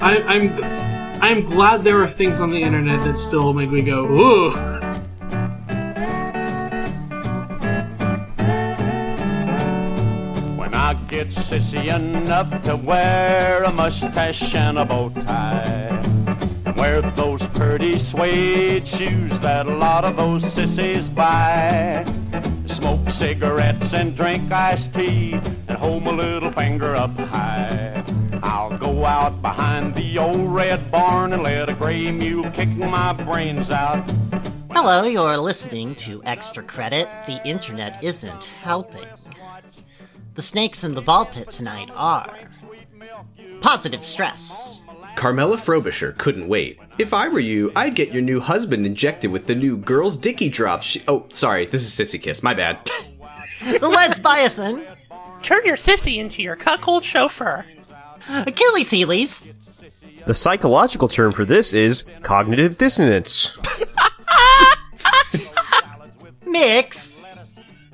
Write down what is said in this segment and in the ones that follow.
I, I'm I'm glad there are things on the internet that still make me go ooh. When I get sissy enough to wear a mustache and a bow tie, and wear those pretty suede shoes that a lot of those sissies buy, smoke cigarettes and drink iced tea, and hold my little finger up high. I'll go out behind the old red barn and let a gray mule kick my brains out. Hello, you're listening to Extra Credit. The internet isn't helping. The snakes in the ball pit tonight are positive stress, Carmela Frobisher couldn't wait. If I were you, I'd get your new husband injected with the new girl's dicky drops. She- oh, sorry, this is Sissy Kiss. My bad. the lesbiathan, Turn your sissy into your cuckold chauffeur. Achilles heelys, The psychological term for this is cognitive dissonance. mix,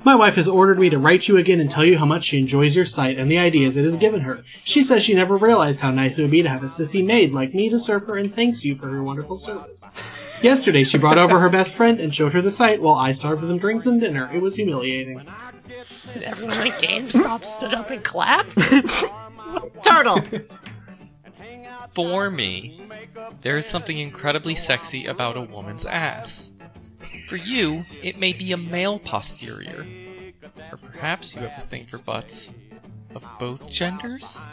My wife has ordered me to write you again and tell you how much she enjoys your site and the ideas it has given her. She says she never realized how nice it would be to have a sissy maid like me to serve her and thanks you for her wonderful service. Yesterday, she brought over her best friend and showed her the site while I served them drinks and dinner. It was humiliating. And everyone at GameStop stood up and clapped. turtle, For me, there is something incredibly sexy about a woman's ass. For you, it may be a male posterior. Or perhaps you have a thing for butts of both genders?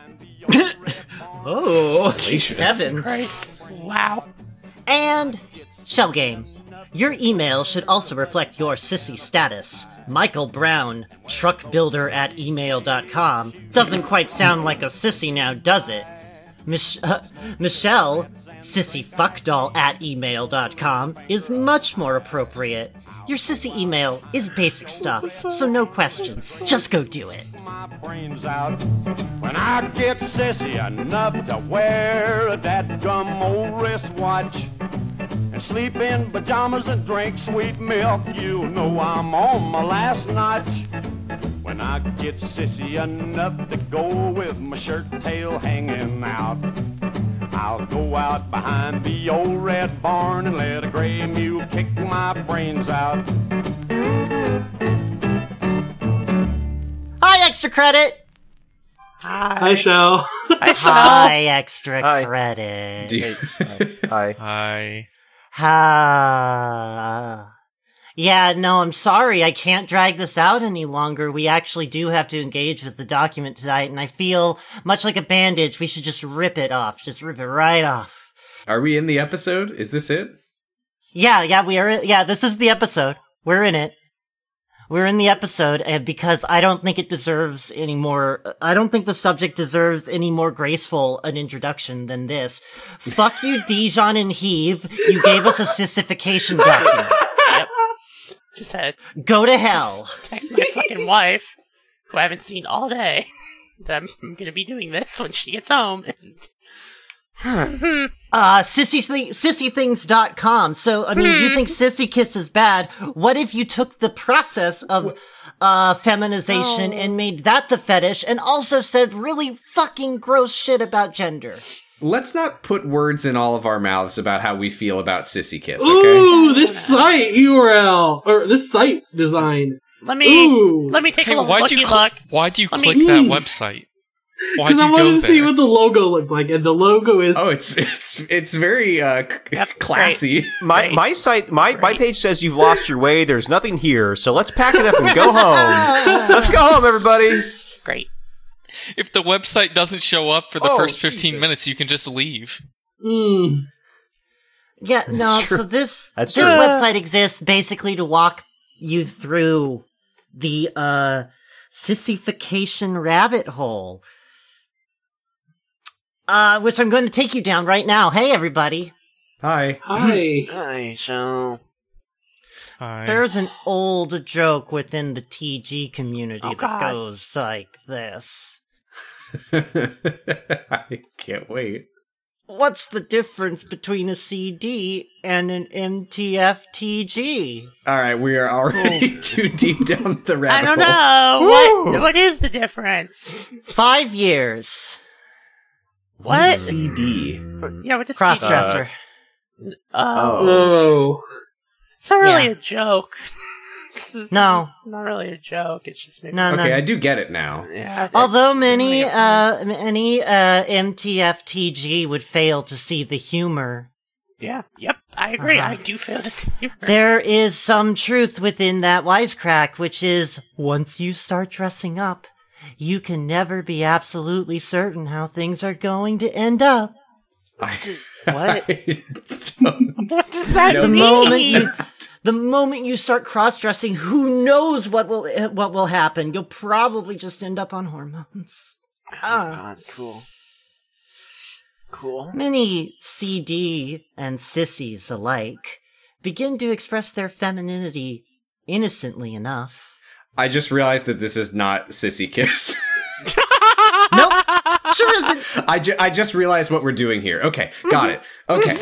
Oh, heavens, Wow. and shell game. Your email should also reflect your sissy status. Michael Brown, truckbuilder at email.com, doesn't quite sound like a sissy now, does it? Mich- uh, Michelle, sissyfuckdoll at email.com, is much more appropriate. Your sissy email is basic stuff, so no questions. Just go do it. my brains out when I get sissy enough to wear a dadgum old wristwatch and sleep in pajamas and drink sweet milk. You know I'm on my last notch when I get sissy enough to go with my shirt tail hanging out. I'll go out behind the old red barn and let a gray mule kick my brains out. Hi, extra credit! I shall. Hi, extra Hi. credit. Dude. Hi. I. Ah. yeah, no, I'm sorry. I can't drag this out any longer. We actually do have to engage with the document tonight, and I feel much like a bandage. We should just rip it off. Just rip it right off. Are we in the episode? Is this it? Yeah, yeah, we are. Yeah, this is the episode. We're in it. We're in the episode and because I don't think it deserves any more. I don't think the subject deserves any more graceful an introduction than this. Fuck you, Dijon and Heave. You gave us a sissification document. Just had to Go to hell. text my fucking wife, who I haven't seen all day, that I'm going to be doing this when she gets home. Uh, sissy thi- sissythings.com. So, I mean, Hmm. you think sissy kiss is bad. What if you took the process of, uh, feminization Oh. and made that the fetish and also said really fucking gross shit about gender? Let's not put words in all of our mouths about how we feel about Sissy Kiss, okay? Ooh, this site URL or this site design. Let me Ooh. let me take Hey, a little why'd looky you, cl- look. why'd you Let click me- that Hmm. website? Why'd Because I you wanted go to see there? what the logo looked like, and the logo is Oh, it's it's it's very uh, c- Yep, classy. My my site my my page says you've lost your way. There's nothing here, so let's pack it up and go home. Ah. let's go home, everybody. Great. If the website doesn't show up for the Oh, first 15 Jesus. minutes, you can just leave. Mm. Yeah, no, true. so this, That's this true. website exists basically to walk you through the, uh, sissification rabbit hole. Uh, which I'm going to take you down right now. Hey, everybody. Hi. hi. Hi, so I. There's an old joke within the TG community Oh, that God. goes like this. I can't wait. What's the difference between a CD and an MTFTG? All right, we are already too deep down the I rabbit don't hole. know what what is the difference. Five years. What? CD. Yeah, what is Crossdresser. Uh, Oh. it's not really yeah. a joke. This is- No. it's not really a joke. It's just maybe. no, no. Okay, I do get it now. Yeah, I- Although many, really a- uh, many uh, MTFTG would fail to see the humor yeah, yep, I agree. Uh-huh. I do feel the same. There is some truth within that wisecrack, which is once you start dressing up, you can never be absolutely certain how things are going to end up. I, What? I don't- What does that The the mean? moment you, the moment you start cross-dressing, who knows what will eh, what will happen? You'll probably just end up on hormones. Ah. Oh God, cool. Cool. Many CD and sissies alike begin to express their femininity innocently enough. I just realized that this is not Sissy Kiss. Nope, sure isn't. I, ju- I just realized what we're doing here. Okay, got it. Okay.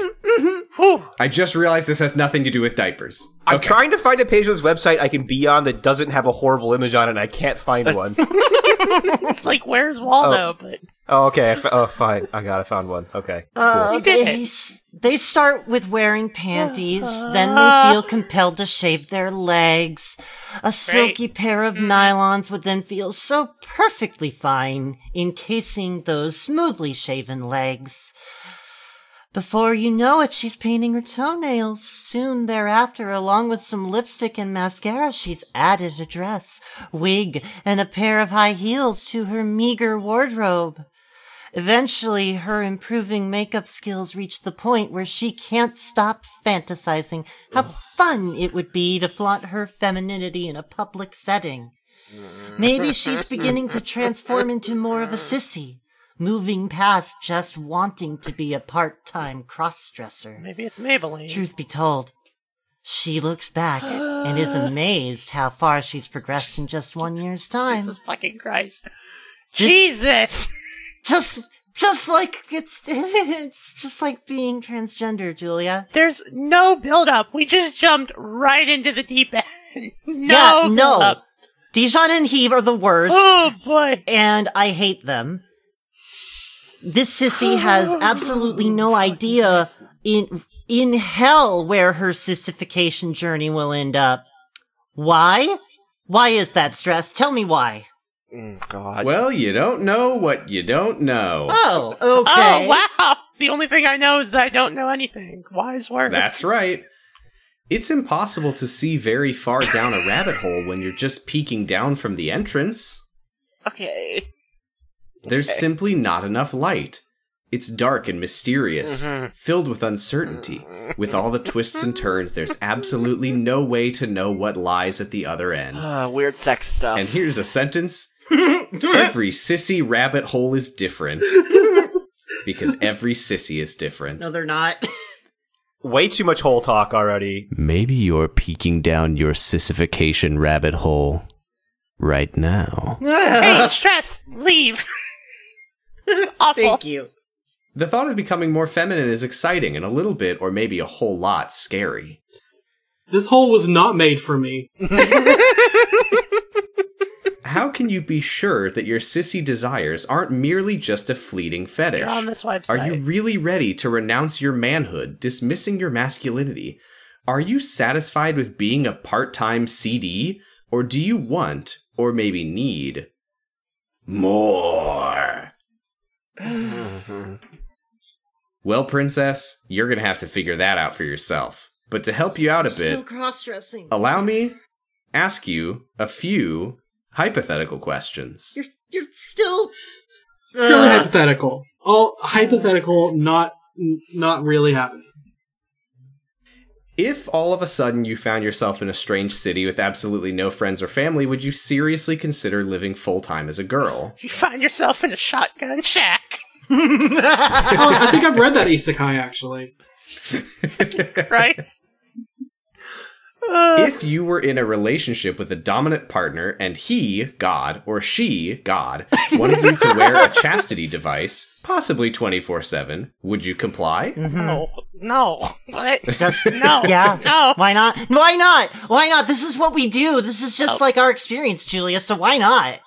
Whew. I just realized this has nothing to do with diapers. I'm okay. trying to find a page on this website I can be on that doesn't have a horrible image on it, and I can't find one. It's like, where's Waldo? But oh, okay. I f- oh, fine. I got. I found one. Okay. Uh, You did they, it. s- they start with wearing panties, then they feel compelled to shave their legs. A silky pair of nylons would then feel so perfectly fine encasing those smoothly shaven legs. Before you know it, she's painting her toenails. Soon thereafter, along with some lipstick and mascara, she's added a dress, wig, and a pair of high heels to her meager wardrobe. Eventually, her improving makeup skills reach the point where she can't stop fantasizing how fun it would be to flaunt her femininity in a public setting. Maybe she's beginning to transform into more of a sissy, moving past just wanting to be a part time crossdresser. maybe it's Maybelline. Truth be told, she looks back and is amazed how far she's progressed in just one year's time. Jesus fucking Christ. Jesus! just just like it's it's just like being transgender julia There's no build up. We just jumped right into the deep end. no yeah no build-up. dijon and heave are the worst Oh boy. and i hate them this sissy has absolutely no idea in in hell where her sissification journey will end up why why is that stress tell me why God. Well, you don't know what you don't know. oh okay Oh wow! The only thing I know is that I don't know anything. Wise words. That's right. It's impossible to see very far down a rabbit hole when you're just peeking down from the entrance. okay. There's simply not enough light. It's dark and mysterious, Mm-hmm. filled with uncertainty. With all the twists and turns, there's absolutely no way to know what lies at the other end. Uh, weird sex stuff. And here's a sentence Every sissy rabbit hole is different. Because every sissy is different. no they're not Way too much whole talk already. Maybe you're peeking down your sissification rabbit hole right now. hey, stress. Leave. this is awful. thank you The thought of becoming more feminine is exciting and a little bit, or maybe a whole lot, scary. This hole was not made for me. How can you be sure that your sissy desires aren't merely just a fleeting fetish? You're on this website. Are you really ready to renounce your manhood, dismissing your masculinity? Are you satisfied with being a part time CD? Or do you want, or maybe need, more? well, Princess, you're going to have to figure that out for yourself. But to help you out a still bit, cross-dressing allow me ask you a few hypothetical questions. you're you're still uh, Purely Ugh. hypothetical. All hypothetical, not n- not really happening. If all of a sudden you found yourself in a strange city with absolutely no friends or family, would you seriously consider living full time as a girl? You find yourself in a shotgun shack, Oh, I think I've read that isekai actually. right? If you were in a relationship with a dominant partner and he, God, or she, God, wanted you to wear a chastity device, possibly 24 7, would you comply? no, no. What? Just No. yeah. No. Why not? Why not? Why not? This is what we do. This is just like our experience, Julia. So why not?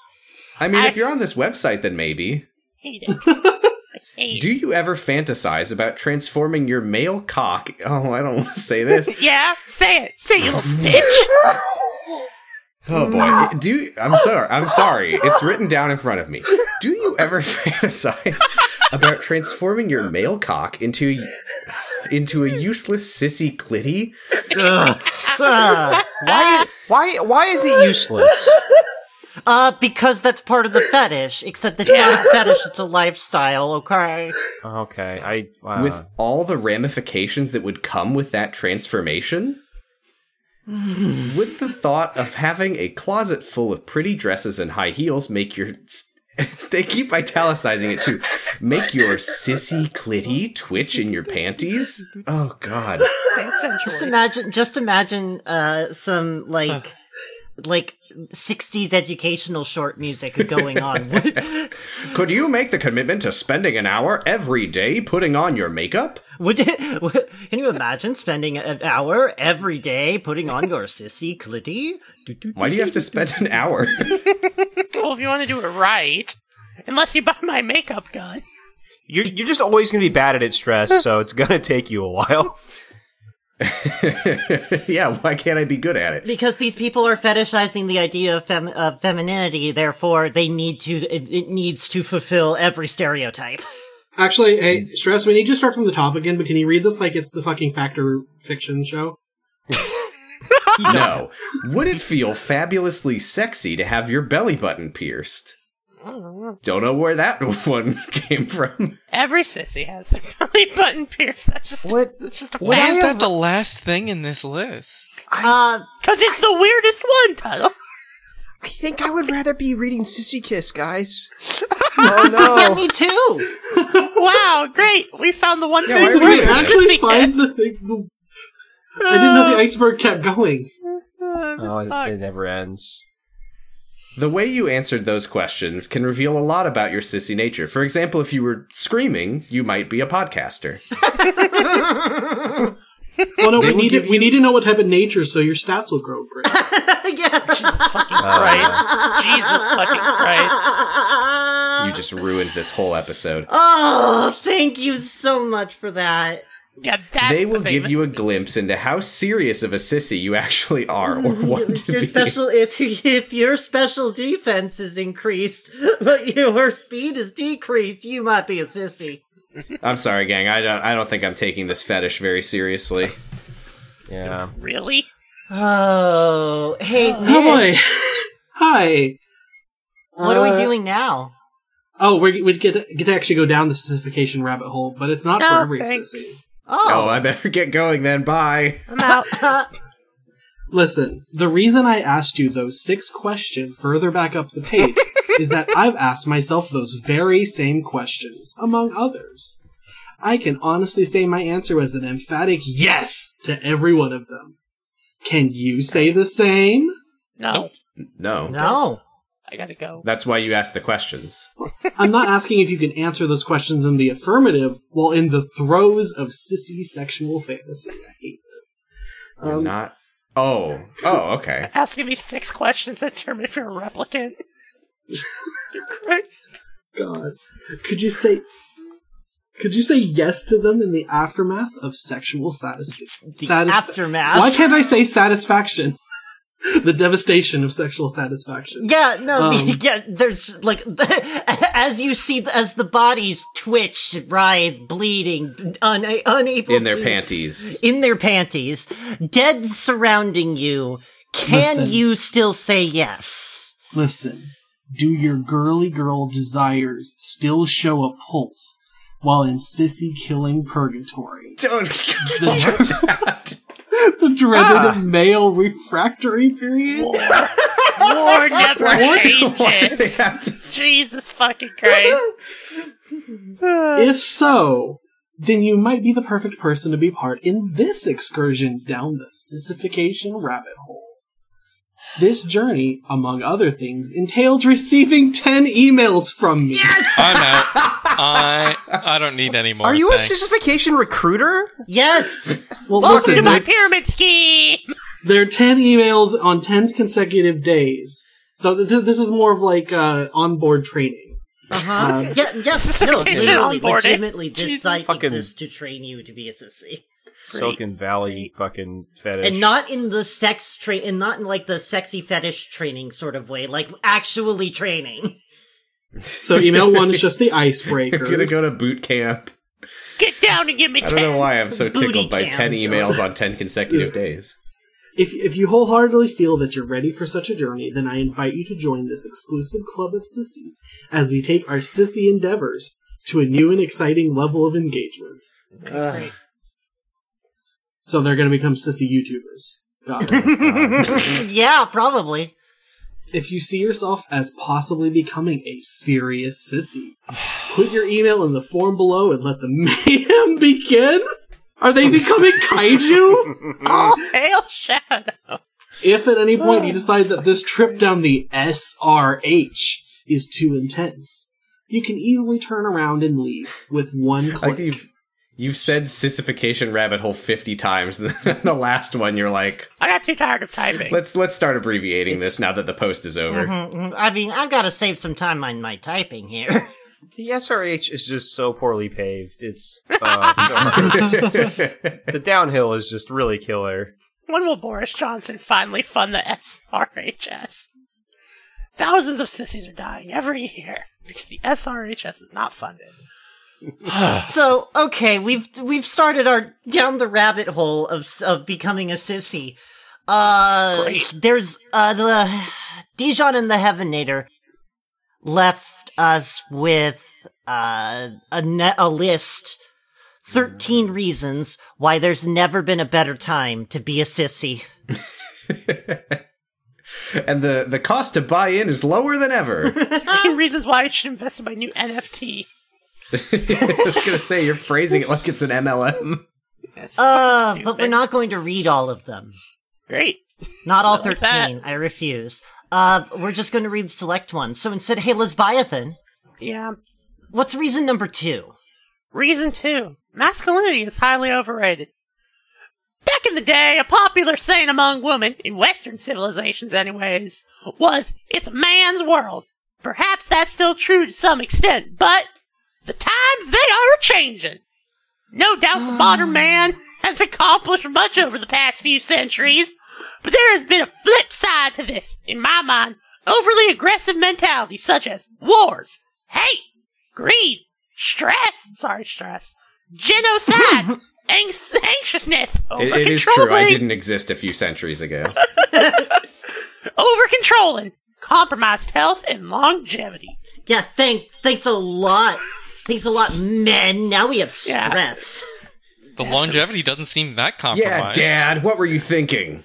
I mean, I- if you're on this website, then maybe. hate it. I hate. Do you ever fantasize about transforming your male cock? Oh, I don't want to say this. yeah, say it. Say it, you little bitch. Oh boy. Do you, I'm sorry. I'm sorry. It's written down in front of me. Do you ever fantasize about transforming your male cock into into a useless sissy clitty? Ugh. Ah. Why? Why? Why is it useless? Uh, because that's part of the fetish, except it's not a fetish, it's a lifestyle, okay? Okay, I uh, wow. with all the ramifications that would come with that transformation? would the thought of having a closet full of pretty dresses and high heels make your. they keep italicizing it too. Make your sissy clitty twitch in your panties? Oh, God. Just imagine, just imagine, uh, some, like, like, 60s educational short music going on. would, Could you make the commitment to spending an hour every day putting on your makeup? would it, would, can you imagine spending an hour every day putting on your sissy clitty? Why do you have to spend an hour? well, if you want to do it right, unless you buy my makeup gun. you're you're just always going to be bad at it, stress. So it's going to take you a while. yeah, why can't I be good at it? Because these people are fetishizing the idea of, fem- of femininity, therefore they need to, it, it needs to fulfill every stereotype. Actually, hey, Stress, we need to start from the top again, but can you read this like it's the fucking Factor Fiction show? No. Would it feel fabulously sexy to have your belly button pierced? Don't know where that one came from. Every sissy has their belly button pierced. That's just What? That's just a What Why fact. is I that have- the last thing in this list? Uh, Because it's the weirdest one, Tuttle. I think I would rather be reading Sissy Kiss, guys. oh no. yeah, me too! Wow, great. We found the one why thing would Did we worse we than actually sissy find kiss. the thing? The, I didn't Uh. know the iceberg kept going. Oh, this Oh, it, it sucks. never ends. The way you answered those questions can reveal a lot about your sissy nature. For example, if you were screaming, you might be a podcaster. Well, Oh, no, we need to, we need to know what type of nature, so your stats will grow great. Christ. Jesus fucking Christ. You just ruined this whole episode. Oh, thank you so much for that. Yeah, that's they the will thing give that- you a glimpse into how serious of a sissy you actually are or want to Your be. special if if your special defense is increased, but your speed is decreased, you might be a sissy. I'm sorry, gang. I don't. I don't think I'm taking this fetish very seriously. Yeah. Really? Oh, hey, Oh boy. Nick, Hi. what are Uh, we doing now? Oh, we we get to, get to actually go down the sissification rabbit hole, but it's not for No, every thanks. sissy. Oh, Oh, I better get going then. Bye. I'm out. Listen, the reason I asked you those six questions further back up the page is that I've asked myself those very same questions, among others. I can honestly say my answer was an emphatic yes to every one of them. Can you say the same? No, No. no. I gotta go. That's why you asked the questions. I'm not asking if you can answer those questions in the affirmative while in the throes of sissy sexual fantasy. I hate this. You're Um, not. Oh. Oh. Okay. Asking me six questions that determine if you're a replicant. Christ. God, could you say? Could you say yes to them in the aftermath of sexual satisfaction? aftermath. Why can't I say satisfaction? the devastation of sexual satisfaction. Yeah, no, Um, yeah. There's like, as you see, as the bodies twitch, writhe, bleeding, una- unable In their to- panties. in their panties, dead surrounding you. Can Listen. you still say yes? Listen, do your girly girl desires still show a pulse while in sissy killing purgatory? Don't. The, the dreaded male refractory period? War never Why do they changes. have to- Jesus fucking Christ. If so, then you might be the perfect person to be part in this excursion down the sissification rabbit hole. This journey, among other things, entailed receiving 10 emails from me. I'm out. I I don't need any more. Are you a thanks. sissification recruiter? Yes. Well, Welcome to listen, my there, pyramid scheme. there are 10 emails on 10 consecutive days. So th- th- this is more of like uh, onboard training. Uh-huh. yeah, yes, no, Certification literally, onboarding. legitimately, this Jesus site fucking- exists to train you to be a sissy, Silicon Valley fucking fetish. and not in the sex train, and not in like the sexy fetish training sort of way, like actually training. So email one is just the icebreakers. You're gonna go to boot camp. Get down and give me I ten. don't know why I'm so Booty tickled by camp. ten emails on ten consecutive days. If, if you wholeheartedly feel that you're ready for such a journey, then I invite you to join this exclusive club of sissies as we take our sissy endeavors to a new and exciting level of engagement. Ugh. So they're going to become sissy YouTubers. Got it. yeah, probably. if you see yourself as possibly becoming a serious sissy, put your email in the form below and let the mayhem begin. Are they becoming kaiju? Oh, hail shadow. If at any point you Oh, decide that this trip down the SRH is too intense, you can easily turn around and leave with one I think click. you've you've said sissification rabbit hole fifty times, and then the last one you're like, I got too tired of typing. let's let's start abbreviating this now that the post is over. Mhm, mhm. I mean, I've got to save some time on my typing here. the SRH is just so poorly paved. It's, uh, so- the downhill is just really killer. When will Boris Johnson finally fund the SRHS? Thousands of sissies are dying every year because the SRHS is not funded. So okay, we've we've started our down the rabbit hole of s- of becoming a sissy. Uh, Great. there's uh the Dijon and the Heavenator left us with uh a ne- a list. 13 Hmm. reasons why there's never been a better time to be a sissy. and the the cost to buy in is lower than ever. Two reasons why I should invest in my new NFT. I was gonna say you're phrasing it like it's an MLM. Yes, Uh, fucking but we're stupid. not going to read all of them. Great. Not all Not like 13. I refuse. Uh, we're just going to read select ones. So instead, hey, Lesbiathan, Yeah. what's reason number two? Reason two masculinity is highly overrated. Back in the day, a popular saying among women, in Western civilizations anyways, was, it's a man's world. Perhaps that's still true to some extent, but the times they are changing. No doubt the modern man has accomplished much over the past few centuries, but there has been a flip side to this, in my mind. Overly aggressive mentality such as wars, hate, greed, stress, sorry, stress, genocide, anx- anxiousness, over It- it is true. I didn't exist a few centuries ago. over controlling, compromised health and longevity. Yeah, thank, thanks a lot. Thanks a lot, men. Now we have Yeah. stress. The longevity doesn't seem that yeah, compromised. Dad, what were you thinking?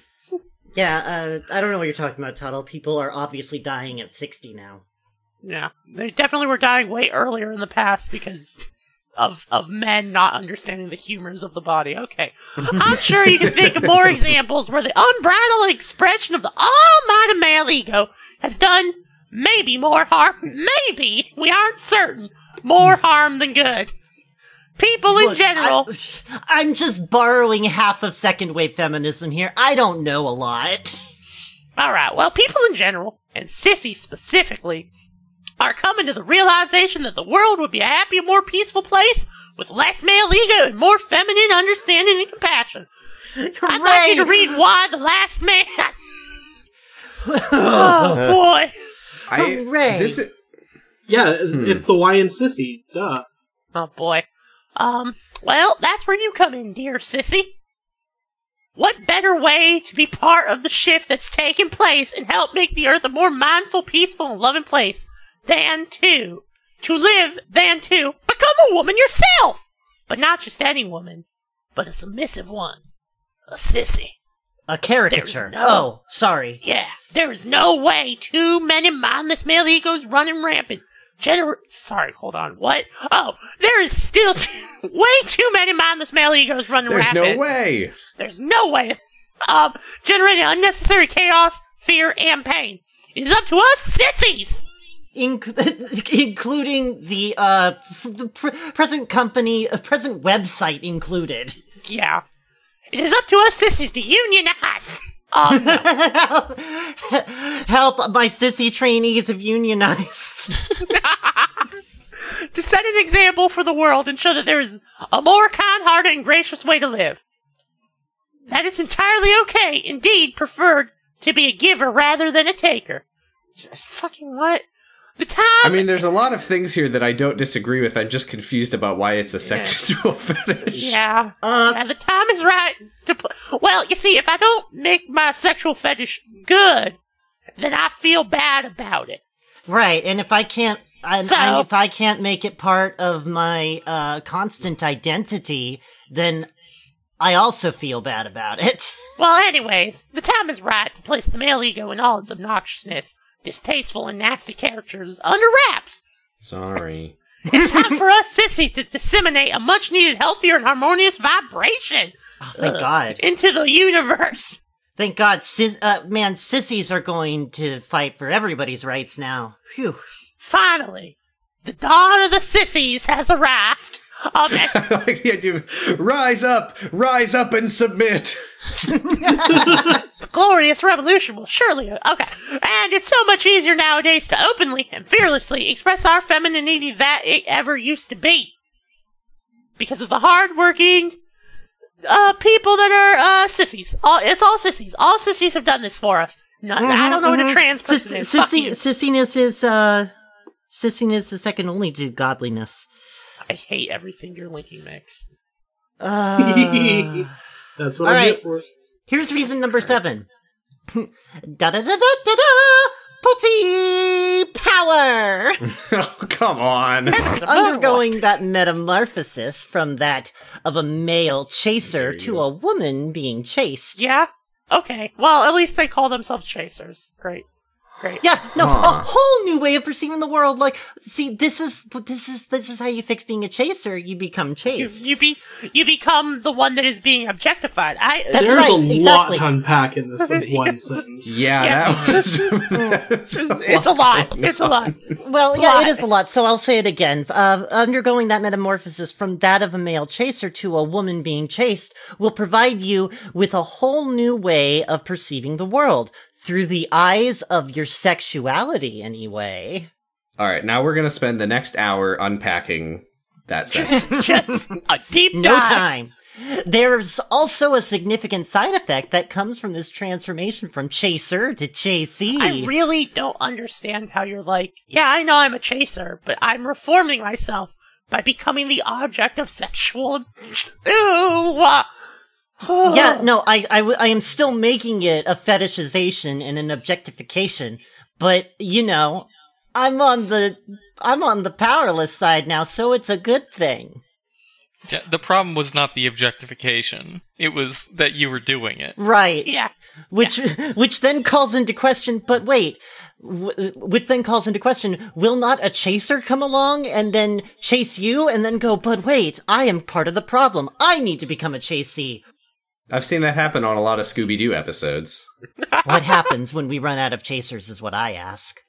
Yeah, uh, I don't know what you're talking about, Tuttle. People are obviously dying at 60 now. Yeah, they definitely were dying way earlier in the past because of of men not understanding the humors of the body. Okay, I'm sure you can think of more examples where the unbridled expression of the almighty male ego has done maybe more harm. Maybe we aren't certain more harm than good. People in Look, general. I, am just borrowing half of second wave feminism here. I don't know a lot. All right, well, people in general, and Sissy specifically, are coming to the realization that the world would be a happier, more peaceful place with less male ego and more feminine understanding and compassion. I'd like you to read Why the Last Man. oh, boy. I Hooray. this is, yeah, it's, Hmm. it's the Y and sissy. Duh. Oh, boy. Um, well, that's where you come in, dear Sissy. What better way to be part of the shift that's taking place and help make the earth a more mindful, peaceful, and loving place than to to live than to become a woman yourself, but not just any woman, but a submissive one, a sissy. A caricature. There's Oh, no- sorry. Yeah, there is no way too many mindless male egos running rampant. Gener- Sorry, hold on. What? Oh, there is still way too many mindless male egos running there's rampant. no way. There's no way. Um, generating unnecessary chaos, fear, and pain. It is up to us sissies. Inc- including the uh, f- the pr- present company, uh, present website included. Yeah. It is up to us sissies to unionize Um, Help! Help! My sissy trainees have unionized. to set an example for the world and show that there is a more kind-hearted and gracious way to live. That it's entirely okay, indeed preferred, to be a giver rather than a taker. Just fucking what? The time. I mean, there's a lot of things here that I don't disagree with. I'm just confused about why it's a sexual fetish. Uh, yeah. Now the time is right to pl- Well, you see, if I don't make my sexual fetish good, then I feel bad about it. right, and if I can't, and, So- and if I can't make it part of my uh, constant identity, then I also feel bad about it. Well, anyways, the time is right to place the male ego and all its obnoxiousness, distasteful, and nasty characters under wraps. Sorry. It's time for us sissies to disseminate a much needed, healthier, and harmonious vibration Oh, thank God! into the universe. Thank God! Sis- uh, man, sissies are going to fight for everybody's rights now. Phew! Finally, the dawn of the sissies has arrived. Um, and- I like the idea of rise up, rise up and submit. glorious revolution will surely okay and it's so much easier nowadays to openly and fearlessly express our femininity that it ever used to be because of the hardworking uh people that are uh sissies all it's all sissies all sissies have done this for us no, i don't know what a trans person is. Fuck Mm-hmm, Sissy, you. sissiness is uh, sissiness is second only to godliness. i hate everything you're linking next Uh, That's what All I'm here right. for. here's reason number seven. da da da da da da. Pussy power. oh, come on. Oh, Undergoing that metamorphosis from that of a male chaser to a woman being chased. yeah okay well at least they call themselves chasers great great Yeah, no, Huh. a whole new way of perceiving the world. Like, see, this is this is this is how you fix being a chaser. You become you, chased. you be you become the one that is being objectified i That's There's right, a lot exactly. to unpack in this in one sentence. Yeah, that was. that's a It's, it's a lot. It's a lot. Well, It's a yeah, lot. it is a lot. So I'll say it again. Uh, undergoing that metamorphosis from that of a male chaser to a woman being chased will provide you with a whole new way of perceiving the world through the eyes of your sexuality, anyway. All right, now we're gonna spend the next hour unpacking that section. Just a deep No dive. time. There's also a significant side effect that comes from this transformation from chaser to chasee. I really don't understand how you're like, yeah, I know I'm a chaser, but I'm reforming myself by becoming the object of sexual. Ew. yeah, no, I, I, w- I am still making it a fetishization and an objectification, but you know, I'm on the I'm on the powerless side now, so it's a good thing, Yeah, the problem was not the objectification. It was that you were doing it. right? Yeah. Which which then calls into question. But wait, w- which then calls into question: Will not a chaser come along and then chase you, and then go? But wait, I am part of the problem. I need to become a chasee. I've seen that happen on a lot of Scooby Doo episodes. What happens when we run out of chasers? Is what I ask.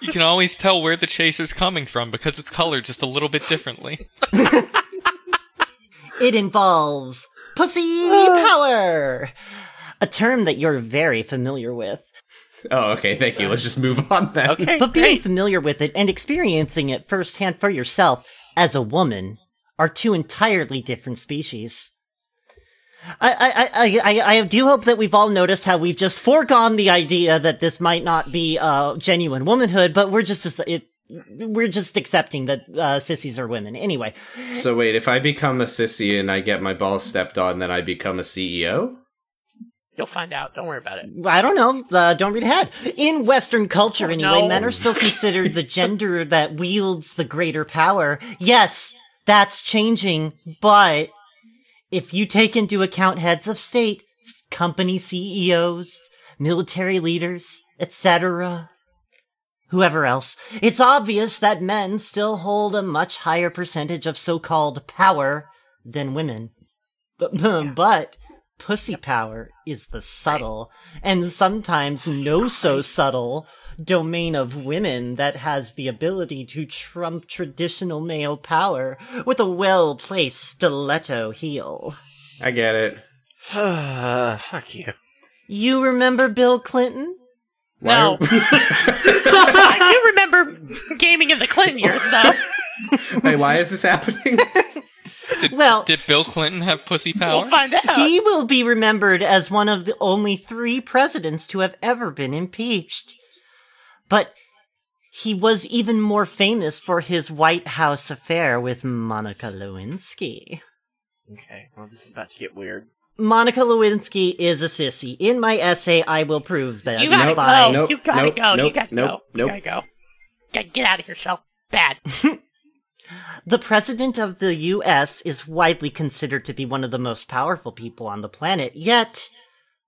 You can always tell where the chaser's coming from because it's colored just a little bit differently. It involves pussy power, a term that you're very familiar with. Oh, okay, thank you. Let's just move on then. Okay. But being great. familiar with it and experiencing it firsthand for yourself as a woman are two entirely different species. I, I, I, I, I do hope that we've all noticed how we've just foregone the idea that this might not be uh, genuine womanhood, but we're just it, we're just accepting that uh, sissies are women anyway. So wait, if I become a sissy and I get my balls stepped on, then I become a E CEO. You'll find out. Don't worry about it. I don't know. Uh, don't read ahead. In Western culture, anyway, no. men are still considered the gender that wields the greater power. Yes, that's changing, but if you take into account heads of state, company CEOs, military leaders, etc., whoever else, it's obvious that men still hold a much higher percentage of so-called power than women. But, but pussy power is the subtle and sometimes no so subtle domain of women that has the ability to trump traditional male power with a well placed stiletto heel. I get it. Fuck you. You remember Bill Clinton? Why No. are- I do remember gaming in the Clinton years, though. Wait, why is this happening? Did, Well- did Bill Clinton have pussy power? We'll find out. He will be remembered as one of the only three presidents to have ever been impeached. But he was even more famous for his White House affair with Monica Lewinsky. okay, well, this is about to get weird. Monica Lewinsky is a sissy. In my essay, I will prove this. You gotta by- go. Nope, you gotta nope, go. nope, you gotta nope, go. nope. You gotta go. Get, get out of here, Shell. Bad. The president of the US is widely considered to be one of the most powerful people on the planet, yet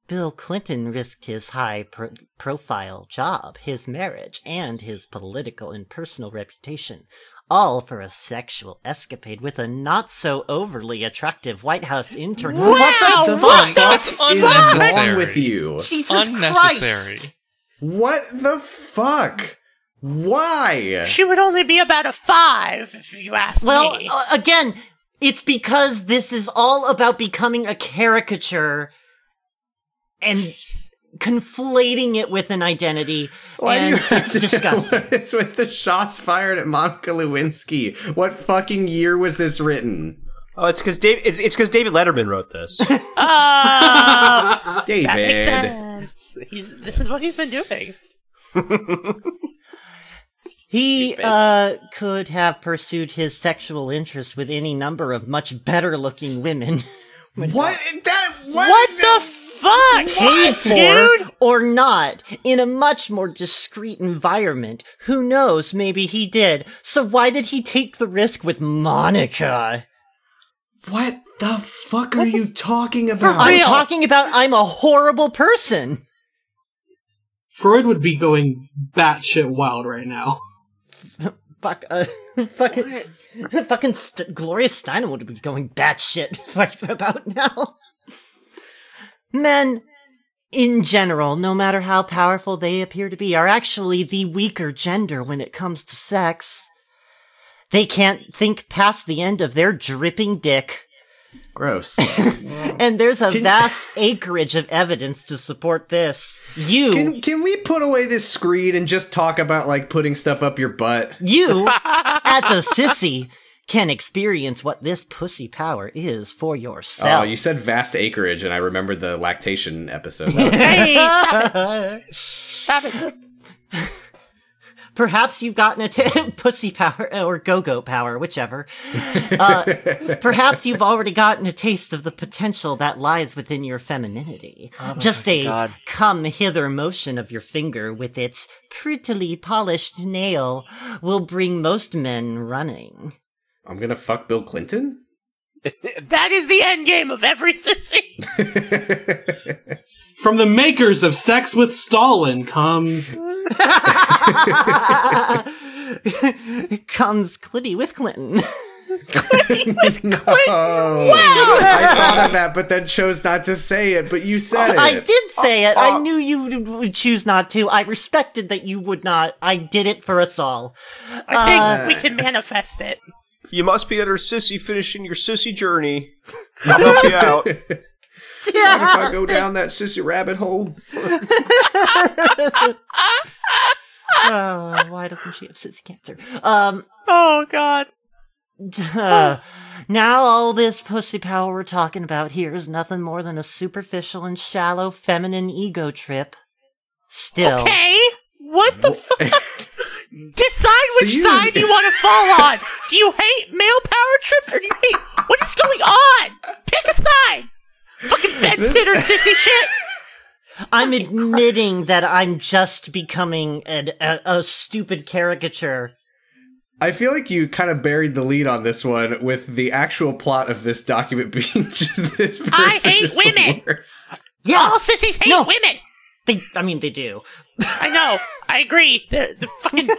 Bill Clinton risked his high pro- profile job, his marriage, and his political and personal reputation, all for a sexual escapade with a not so overly attractive White House intern. Wow, what the what fuck? That's is unnecessary. wrong with you? Jesus Unnecessary. Christ! What the fuck? Why? She would only be about a five, if you ask Well, me. uh, again, it's because this is all about becoming a caricature and conflating it with an identity. Why and it's to- disgusting. What is with the shots fired at Monica Lewinsky? What fucking year was this written? Oh, it's because Dave. It's it's because David Letterman wrote this. Uh, David. Oh, that makes sense. He's, this is what he's been doing. He Stupid. uh, could have pursued his sexual interest with any number of much better looking women. What that what, What, the fuck? paid What, for dude? or not in a much more discreet environment. Who knows? Maybe he did. So why did he take the risk with Monica? What the fuck are you talking about? I'm real. talking about I'm a horrible person. Freud would be going batshit wild right now. Fuck, uh, fucking, fucking St- Gloria Steinem would be going batshit right about now. Men, in general, no matter how powerful they appear to be, are actually the weaker gender when it comes to sex. They can't think past the end of their dripping dick. Gross. And there's a vast acreage of evidence to support this. You, can can we put away this screed and just talk about like putting stuff up your butt? you, as a sissy, can experience what this pussy power is for yourself. Oh, you said vast acreage, and I remembered the lactation episode. That was- Hey, stop it. Stop it. Perhaps you've gotten a t- pussy power or go-go power, whichever. Uh, perhaps you've already gotten a taste of the potential that lies within your femininity. Just a come hither motion of your finger with its prettily polished nail will bring most men running. I'm gonna fuck Bill Clinton. That is the end game of every sissy. From the makers of Sex with Stalin comes Comes Clitty with Clinton. Oh, I thought of that, but then chose not to say it. But you said it. I did say it. Uh, I knew you would choose not to. I respected that you would not. I did it for us all. Uh, I Uh, think we can manifest it. you must be at her sissy finishing your sissy journey. I'll help you out. If I go down that sissy rabbit hole, Uh, why doesn't she have sissy cancer? Um, Oh, God. uh, now all this pussy power we're talking about here is nothing more than a superficial and shallow feminine ego trip. Still. Okay. What the fuck? Decide So which you- side you want to fall on. Do you hate male power trips or do you hate? What is going on? Pick a side. Fucking bed sitter sissy shit. I'm admitting that I'm just becoming an, a, a stupid caricature. I feel like you kind of buried the lead on this one with the actual plot of this document being just this. Person I hate is the women. worst. Yeah, All sissies hate No. women. they. I mean, they do. I know. I agree. They're, the fucking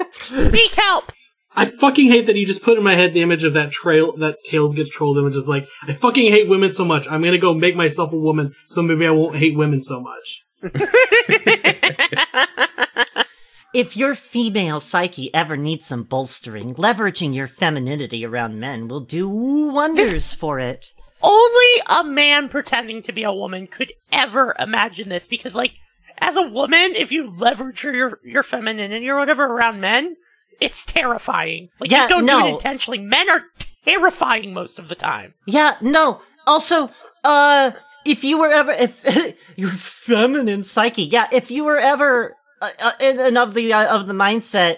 seek help. I fucking hate that you just put in my head the image of that trail that Tails gets trolled image is like, I fucking hate women so much. I'm gonna go make myself a woman so maybe I won't hate women so much. If your female psyche ever needs some bolstering, leveraging your femininity around men will do wonders for it. only a man pretending to be a woman could ever imagine this because like as a woman if you leverage your your femininity or whatever around men it's terrifying like Yeah, you don't do no. it intentionally men are terrifying most of the time Yeah, no. Also, uh, if you were ever, if your feminine psyche, yeah, if you were ever uh, uh, and, and of the uh, of the mindset,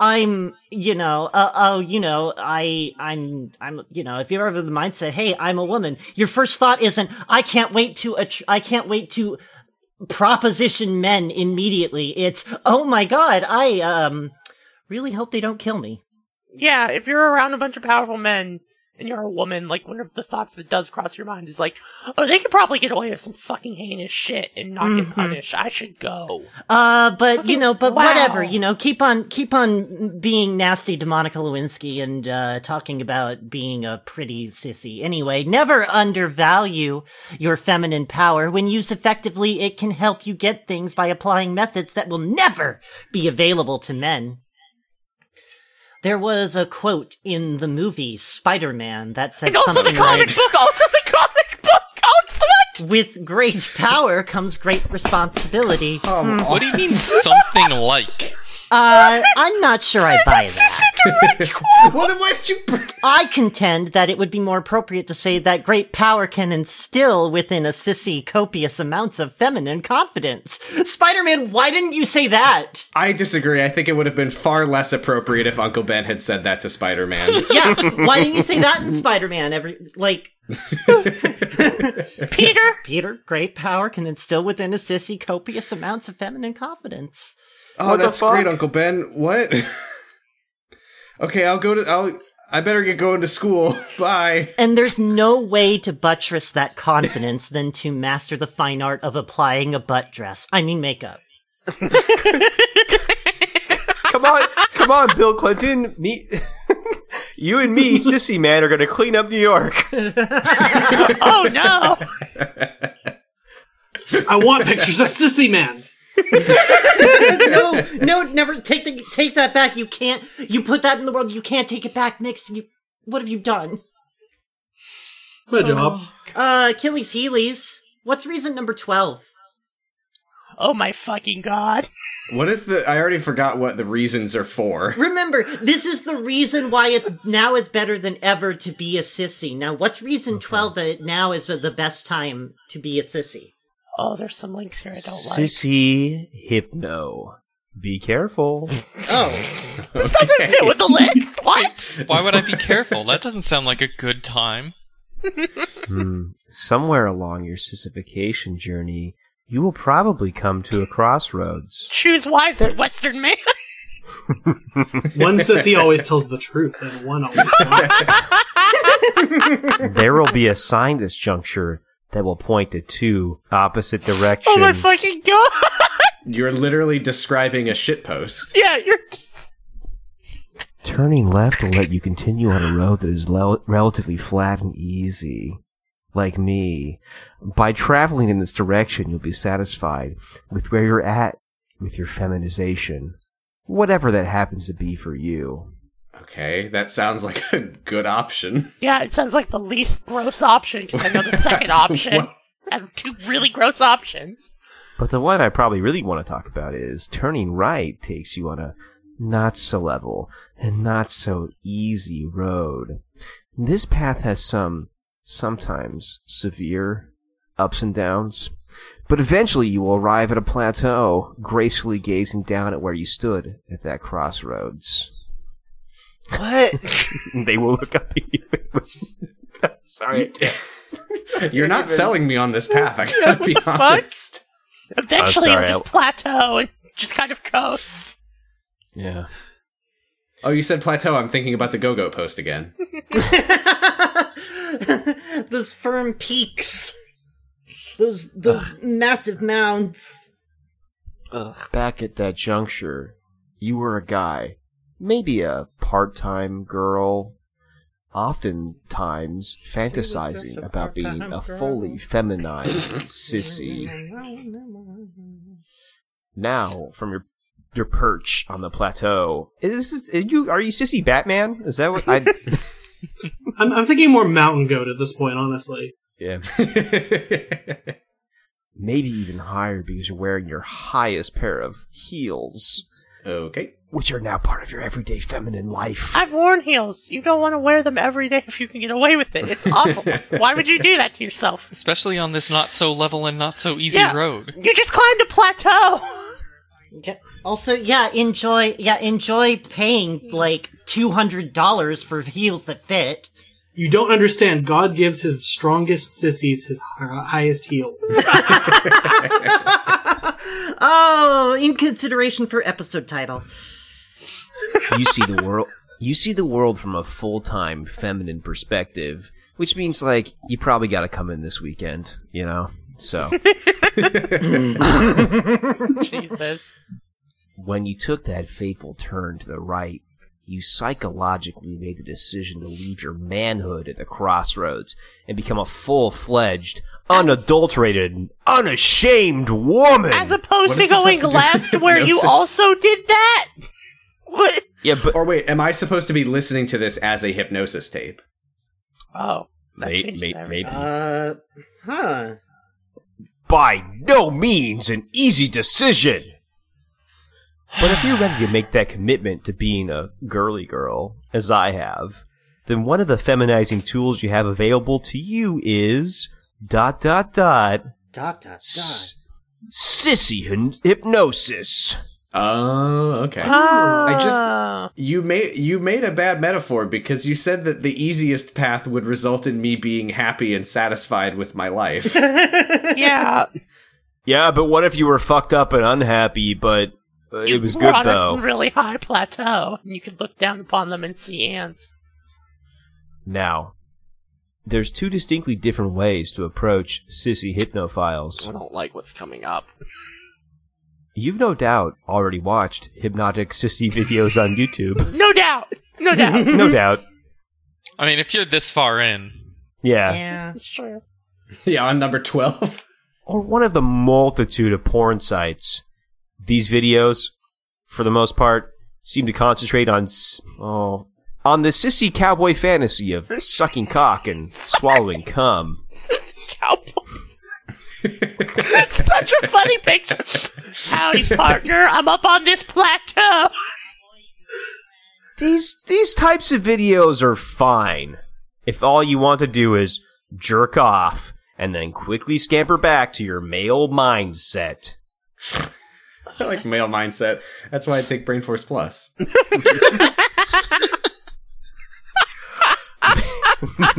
I'm, you know, uh, oh, you know, I, I'm, I'm, you know, if you're ever of the mindset, hey, I'm a woman. Your first thought isn't, I can't wait to, attr- I can't wait to proposition men immediately. It's, oh my god, I, um, really hope they don't kill me. yeah if you're around a bunch of powerful men and you're a woman like one of the thoughts that does cross your mind is like oh they could probably get away with some fucking heinous shit and not Mhm. get punished i should go Uh, but you Fucking know, but wow. whatever, you know, keep on, keep on being nasty to Monica Lewinsky and, uh, talking about being a pretty sissy. Anyway, never undervalue your feminine power. When used effectively, it can help you get things by applying methods that will never be available to men. There was a quote in the movie Spider-Man that said and also the something like, comic book also the comic book also with great power comes great responsibility. What do you mean something like? Uh, I'm not sure I buy that. well, then why did you? br- I contend that it would be more appropriate to say that great power can instill within a sissy copious amounts of feminine confidence. Spider Man, why didn't you say that? I disagree. I think it would have been far less appropriate if Uncle Ben had said that to Spider Man. Yeah, why didn't you say that in Spider Man? Every like Peter, Peter, great power can instill within a sissy copious amounts of feminine confidence. oh, What the that's great, fuck? Uncle Ben. What? okay, I'll go to. I'll. I better get going to school. Bye. And there's no way to buttress that confidence than to master the fine art of applying a butt dress. I mean makeup. Come on, come on, Bill Clinton. Me, you and me, sissy man, are going to clean up New York. oh no I want pictures of Sissy Man. no, no, never take the take that back. You can't. You put that in the world. You can't take it back, Nix. You, what have you done? Good job. Oh. Uh, Achilles Heelys. What's reason number twelve? Oh my fucking god. What is the? I already forgot what the reasons are for. Remember, this is the reason why it's now is better than ever to be a sissy. Now, what's reason twelve that it now is the best time to be a sissy? Oh, there's some links here I don't Sissy hypno. Be careful. Oh, like. This doesn't fit with the list. What? Why would I be careful? That doesn't sound like a good time. Hmm. Somewhere along your sissification journey, you will probably come to a crossroads. Choose wisely, Western man. One sissy always tells the truth, and one always lies. there will be a sign this juncture that will point to two opposite directions. oh my fucking god. You're literally describing a shitpost. Yeah, you're just. Turning left will let you continue on a road that is rel- relatively flat and easy. Like me. By traveling in this direction, you'll be satisfied with where you're at with your feminization. Whatever that happens to be for you. Okay, that sounds like a good option. Yeah, it sounds like the least gross option because I know the second option. What? I have two really gross options. But the one I probably really want to talk about is turning right takes you on a not so level and not so easy road. This path has some, sometimes severe ups and downs, but eventually you will arrive at a plateau, gracefully gazing down at where you stood at that crossroads. What? they will look up at you. It was- Sorry. You're not selling me on this path. I gotta be honest. Eventually, sorry, I- it'll just plateau and just kind of coast. Yeah. Oh, you said plateau. I'm thinking about the go-go post again. those firm peaks, those those massive mounds. back at that juncture, you were a guy, maybe a part time girl, oftentimes fantasizing about being a fully feminized sissy. Now, from your your perch on the plateau, is this, is you are you sissy Batman? Is that what I? I'm, I'm thinking more mountain goat at this point, honestly. Yeah. Maybe even higher because you're wearing your highest pair of heels, okay. which are now part of your everyday feminine life. I've worn heels. You don't want to wear them every day if you can get away with it. It's awful. Why would you do that to yourself? Especially on this not so level and not so easy Yeah. road. You just climbed a plateau. Also, yeah, enjoy. Yeah, enjoy paying like two hundred dollars for heels that fit. You don't understand. God gives his strongest sissies his hi- highest heels. oh, in consideration for episode title. you see the world you see the world from a full-time feminine perspective which means like you probably got to come in this weekend you know so Jesus. when you took that fateful turn to the right you psychologically made the decision to leave your manhood at the crossroads and become a full-fledged unadulterated unashamed woman As opposed What to does this have going to do with left where you hypnosis? also did that? What? yeah but Or wait, am I supposed to be listening to this as a hypnosis tape? Oh. that May- changed may- everything. maybe. Uh, huh. by no means an easy decision. But if you're ready to make that commitment to being a girly girl, as I have, then one of the feminizing tools you have available to you is dot dot dot Dot dot dot. s- sissy hyn- hypnosis. Oh, okay. Uh, I just Oh. you made you made a bad metaphor because you said that the easiest path would result in me being happy and satisfied with my life. yeah. Yeah, but what if you were fucked up and unhappy, but uh, it was We're good on though? a really high plateau, and you could look down upon them and see ants. now, there's two distinctly different ways to approach sissy hypnophiles. I don't like what's coming up. You've no doubt already watched hypnotic sissy videos on YouTube. No doubt. No doubt. No doubt. I mean, if you're this far in, Yeah. Yeah. sure. yeah, on number twelve. Or one of the multitude of porn sites. These videos, for the most part, seem to concentrate on s- oh, on the sissy cowboy fantasy of sucking cock and swallowing cum. Cowboys. Such a funny picture. Howdy, partner. I'm up on this plateau. These these types of videos are fine if all you want to do is jerk off and then quickly scamper back to your male mindset. I like male mindset. That's why I take Brain Force Plus.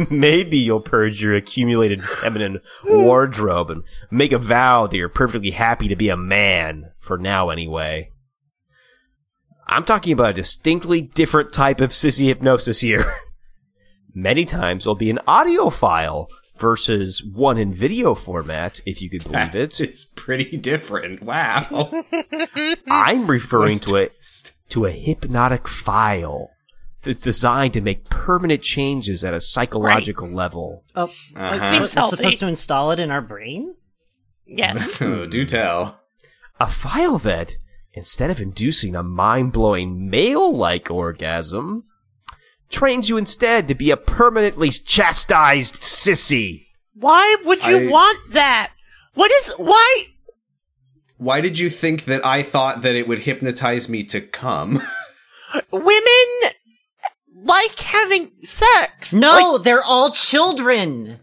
Maybe you'll purge your accumulated feminine wardrobe and make a vow that you're perfectly happy to be a man, for now anyway. I'm talking about a distinctly different type of sissy hypnosis here. Many times it'll be an audio file versus one in video format, if you could believe it. It's pretty different. Wow. I'm referring to it Twist. to a hypnotic file that's designed to make permanent changes at a psychological level. Oh, Uh-huh. we're Seems healthy. supposed to install it in our brain. Yes. Oh, do tell. A file that, instead of inducing a mind blowing male like orgasm, trains you instead to be a permanently chastised sissy. Why would you I- want that? What is why? Why did you think that I thought that it would hypnotize me to come? Women like having sex. No, they're all children.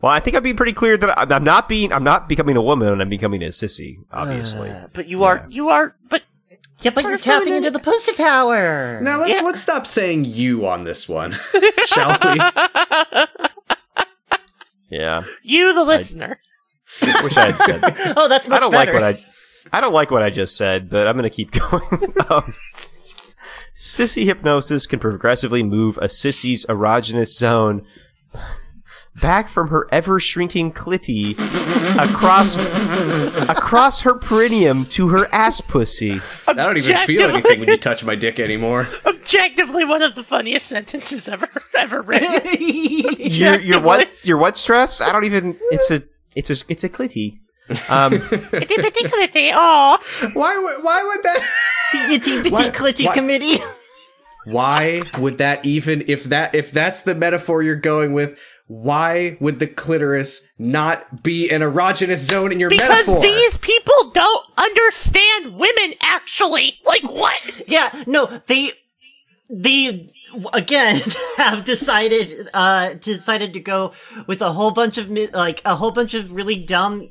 Well, I think I'd be pretty clear that I- I'm not being, I'm not becoming a woman, and I'm becoming a sissy, obviously. Like- but you are you are but Yeah, but you're tapping into the pussy power. Now let's Yeah. let's stop saying you on this one, shall we? yeah, you the listener. wish I had said. oh, that's much I don't better. like what I, I don't like what I just said, but I'm going to keep going. um, sissy hypnosis can progressively move a sissy's erogenous zone back from her ever shrinking clitty across across her perineum to her ass pussy. I don't even feel anything when you touch my dick anymore. Objectively one of the funniest sentences ever ever written. Your your what your what stress? I don't even. It's a it's a it's a clitty. Um, It's in particular thing. Aw. Why would why would that? Itty bitty Why- clitty why- committee. Why would that even if that if that's the metaphor you're going with? Why would the clitoris not be an erogenous zone in your Because metaphor? these people don't understand women, actually. Like, what? Yeah, no, they they again have decided uh decided to go with a whole bunch of mi- like a whole bunch of really dumb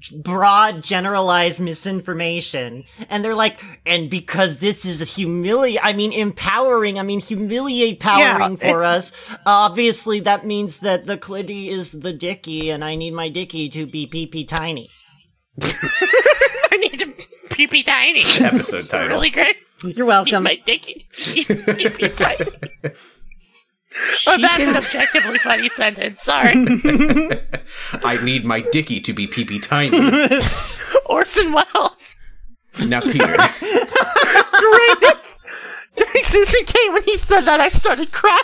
g- broad generalized misinformation and they're like and because this is humili i mean empowering i mean humiliate powering Yeah, for it's- us obviously that means that the clitty is the dicky and i need my dicky to be pee pee tiny I need to pee pee tiny. Episode title. really great. you're Eat welcome my dicky. Eat pee pee tiny. She Oh, that's can- an objectively funny sentence. Sorry. I need my dicky to be pee pee tiny, Orson Welles. not Peter. During this, during Sissy K, when he said that, I started crying.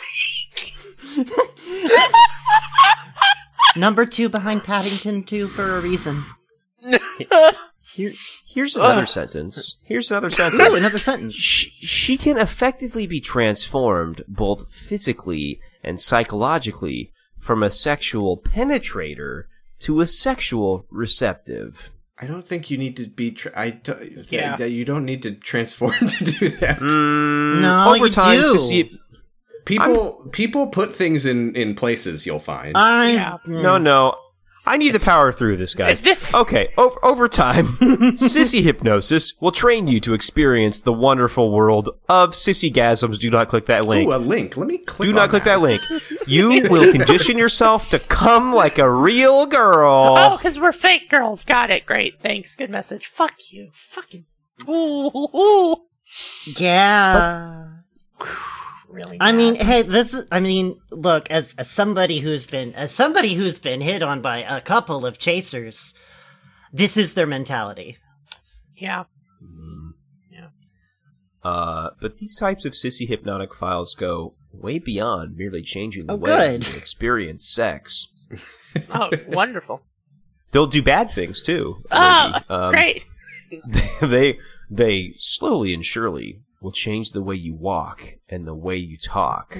number two behind paddington 2 for a reason Here, here's another sentence. Here's another sentence. No, another sentence. she, she can effectively be transformed both physically and psychologically from a sexual penetrator to a sexual receptive. I don't think you need to be. Tra- I do- Yeah. yeah. You don't need to transform to do that. Mm. No, over you time, do. Sissy. People people put things in in places. You'll find. Uh, I Yeah. No, no. I need to power through this, guys. This- Okay, over, over time, sissy hypnosis will train you to experience the wonderful world of sissy gasms. Do not click that link. Ooh, a link. Let me click. Do on not click that link. You will condition yourself to come like a real girl. Oh, because we're fake girls. Got it. Great. Thanks. Good message. Fuck you. Fucking. Ooh, ooh, ooh. Yeah. Really? I bad. mean, hey, this is, I mean, look, as, as somebody who's been, as somebody who's been hit on by a couple of chasers, this is their mentality. yeah. Uh, but these types of sissy hypnotic files go way beyond merely changing the Oh, way good. you experience sex. Oh, wonderful. They'll do bad things too. Oh, Ah, maybe. Um, Great. They they slowly and surely will change the way you walk and the way you talk.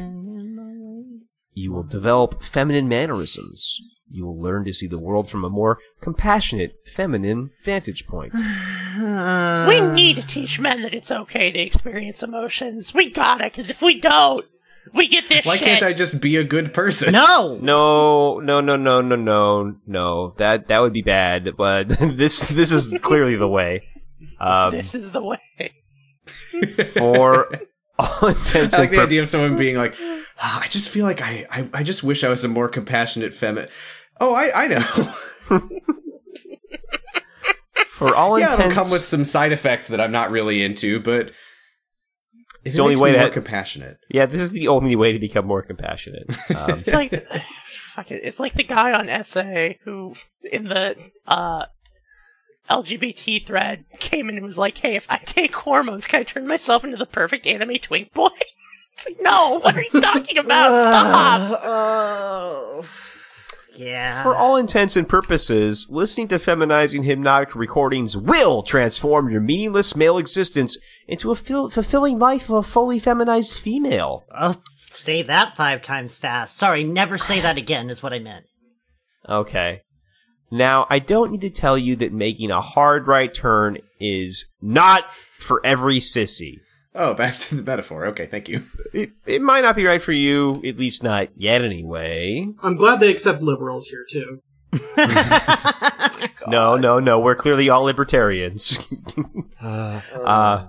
You will develop feminine mannerisms. You will learn to see the world from a more compassionate, feminine vantage point. we need to teach men that it's okay to experience emotions. We gotta, because if we don't, we get this Why shit. can't I just be a good person? No! No, no, no, no, no, no, no. That that would be bad. But this this is clearly the way. Um, This is the way. for all intents I like the and purposes. idea of someone being like, "Ah, I just feel like I, I, I just wish I was a more compassionate feminine. Oh, I, I know. For all yeah, it'll intents, come with some side effects that I'm not really into, but it's the only way me to- more compassionate. yeah, this is the only way to become more compassionate. Um, It's like, fuck it. It's like the guy on SA who, in the uh, LGBT thread, came in and was like, "Hey, if I take hormones, can I turn myself into the perfect anime twink boy?" It's like, no. What are you talking about? Stop. Oh. Yeah. for all intents and purposes, listening to feminizing hypnotic recordings will transform your meaningless male existence into a fil- fulfilling life of a fully feminized female. oh, say that five times fast. Sorry, never say that again, is what I meant. Okay. Now, I don't need to tell you that making a hard right turn is not for every sissy. Oh, back to the metaphor. Okay, thank you. It, it might not be right for you, at least not yet anyway. I'm glad they accept liberals here too. No, no, no. We're clearly all libertarians. uh,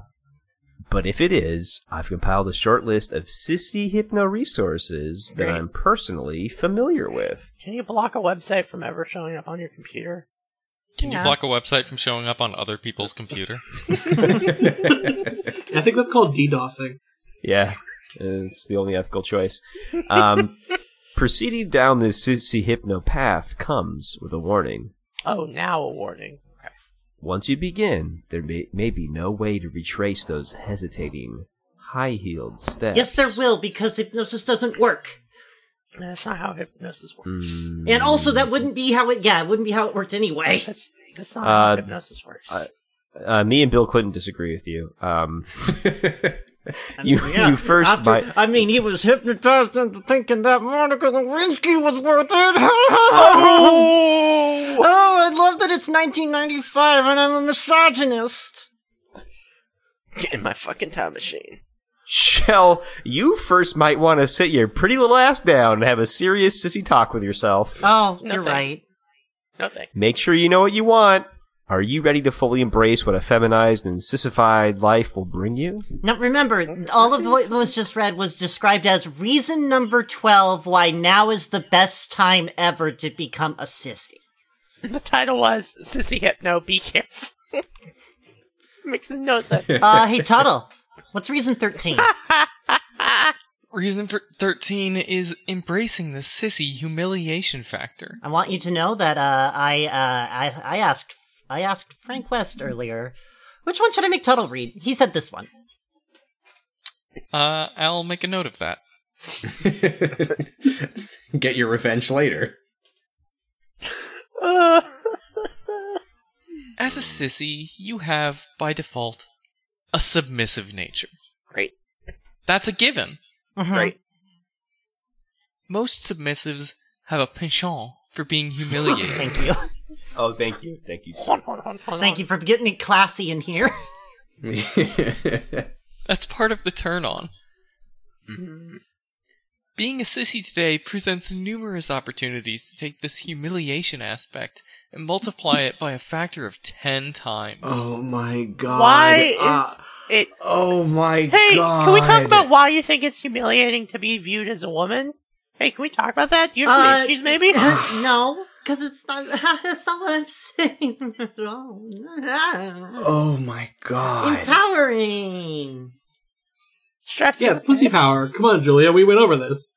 but if it is, I've compiled a short list of sissy hypno resources that Great. I'm personally familiar with. Can you block a website from ever showing up on your computer? Can you block a website from showing up on other people's computer? I think that's called DDoSing. Yeah, it's the only ethical choice. Um, proceeding down this sissy hypno path comes with a warning. Oh, now a warning. Once you begin, there may, may be no way to retrace those hesitating, high-heeled steps. yes, there will, because hypnosis doesn't work. That's not how hypnosis works. Mm. And also, that wouldn't be how it, yeah, it wouldn't be how it worked anyway. That's that's not Uh, how hypnosis works. I- uh, me and Bill Clinton disagree with you. Um, I You- mean, yeah, you first after- buy- I mean, he was hypnotized into thinking that Monica Lewinsky was worth it. oh, Oh! I love that it's 1995 and I'm a misogynist. Get in my fucking time machine. Shell, you first might want to sit your pretty little ass down and have a serious sissy talk with yourself. Oh, No you're thanks. right. No thanks. Make sure you know what you want. Are you ready to fully embrace what a feminized and sissified life will bring you? Now remember, all of what was just read was described as reason number 12 why now is the best time ever to become a sissy. The title was Sissy Hypno, Be Careful. Makes no sense. Uh, hey Tuttle, what's reason 13? Ah. Reason for 13 is embracing the sissy humiliation factor. I want you to know that uh, I, uh, I I asked I asked Frank West earlier, which one should I make Tuttle read? He said this one. Uh, I'll make a note of that. Get your revenge later. As a sissy, you have, by default, a submissive nature. Great. That's a given. Mhm. Great. Most submissives have a penchant for being humiliated. Thank you. Oh, thank you. Thank you. Thank you for getting it classy in here. That's part of the turn on. Mm-hmm. Being a sissy today presents numerous opportunities to take this humiliation aspect and multiply it by a factor of 10 times. oh my god. Why uh, Ah, is it? oh my Hey, god. can we talk about why you think it's humiliating to be viewed as a woman? Hey, can we talk about that? Do you have some Uh, issues, maybe? no, because it's not. That's not what I'm saying. at all. Oh my god. Empowering. Stress. Yeah, it's pussy power. Come on, Julia, we went over this.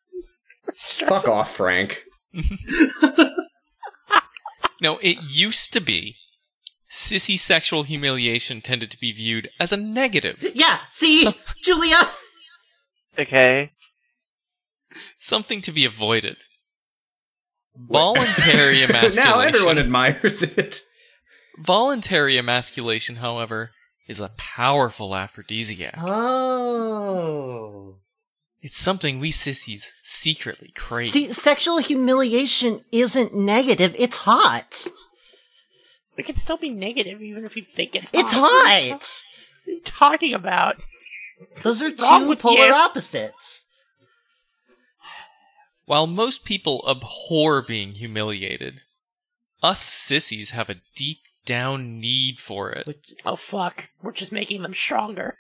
Fuck off, Frank. No, it used to be sissy sexual humiliation tended to be viewed as a negative, Yeah. See, So- Julia. Okay. something to be avoided. Voluntary emasculation. now everyone admires it. Voluntary emasculation, however, is a powerful aphrodisiac. Oh. It's something we sissies secretly crave. See, sexual humiliation isn't negative. It's hot. It can still be negative, even if you think it's. It's hot. hot. What are you talking about? Those are wrong two with polar you? opposites. While most people abhor being humiliated, us sissies have a deep down need for it. Which- Oh fuck! We're just making them stronger.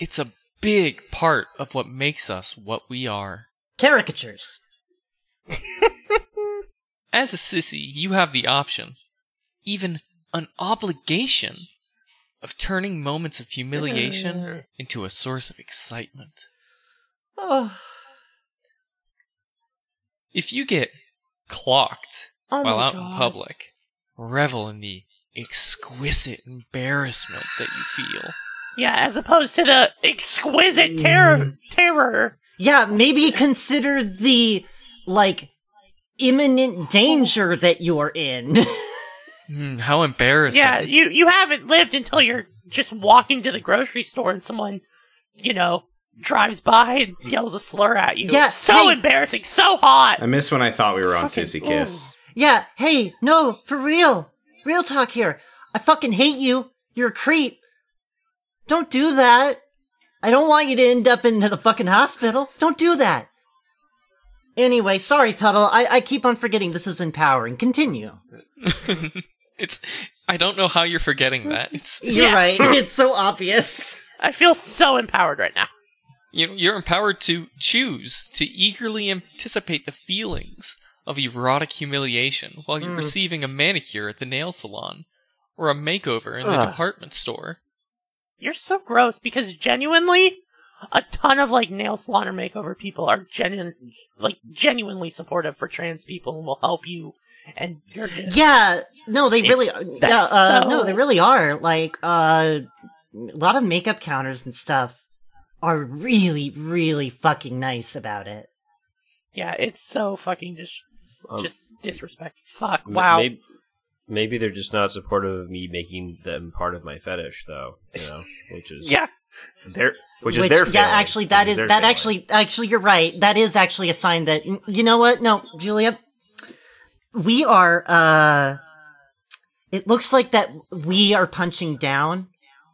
It's a big part of what makes us what we are. Caricatures. As a sissy, you have the option, even an obligation, of turning moments of humiliation into a source of excitement. Oh. If you get clocked Oh while my out God. in public, revel in the exquisite embarrassment that you feel. Yeah, as opposed to the exquisite terror, terror. Yeah, maybe consider the like imminent danger that you're in. Hmm, how embarrassing. Yeah, you you haven't lived until you're just walking to the grocery store and someone, you know, drives by and yells a slur at you. Yeah, so hey. embarrassing, so hot. I miss when I thought we were on Fucking- Sissy Kiss. yeah, hey, no, for real. Real talk here. I fucking hate you. You're a creep. Don't do that. I don't want you to end up in the fucking hospital. Don't do that. Anyway, sorry, Tuttle. I, I keep on forgetting this is empowering. Continue. it's I don't know how you're forgetting that. It's You're right. It's so obvious. I feel so empowered right now. you know, you're empowered to choose to eagerly anticipate the feelings of erotic humiliation while you're Mm. receiving a manicure at the nail salon or a makeover in the Ah. department store. You're so gross because genuinely, a ton of like nail salon or makeover people are genuine, like genuinely supportive for trans people and will help you. And you're just Yeah, no, they really, that's yeah, uh, so- no, they really are. Like, uh, a lot of makeup counters and stuff are really, really fucking nice about it. Yeah, it's so fucking just Um, just disrespect. Fuck. M- Wow. Maybe, maybe they're just not supportive of me making them part of my fetish, though. You know, which is Yeah. Their, which is their failing. yeah actually that Which is their that failing. actually actually you're right that is actually a sign that you know what no julia we are uh it looks like that we are punching down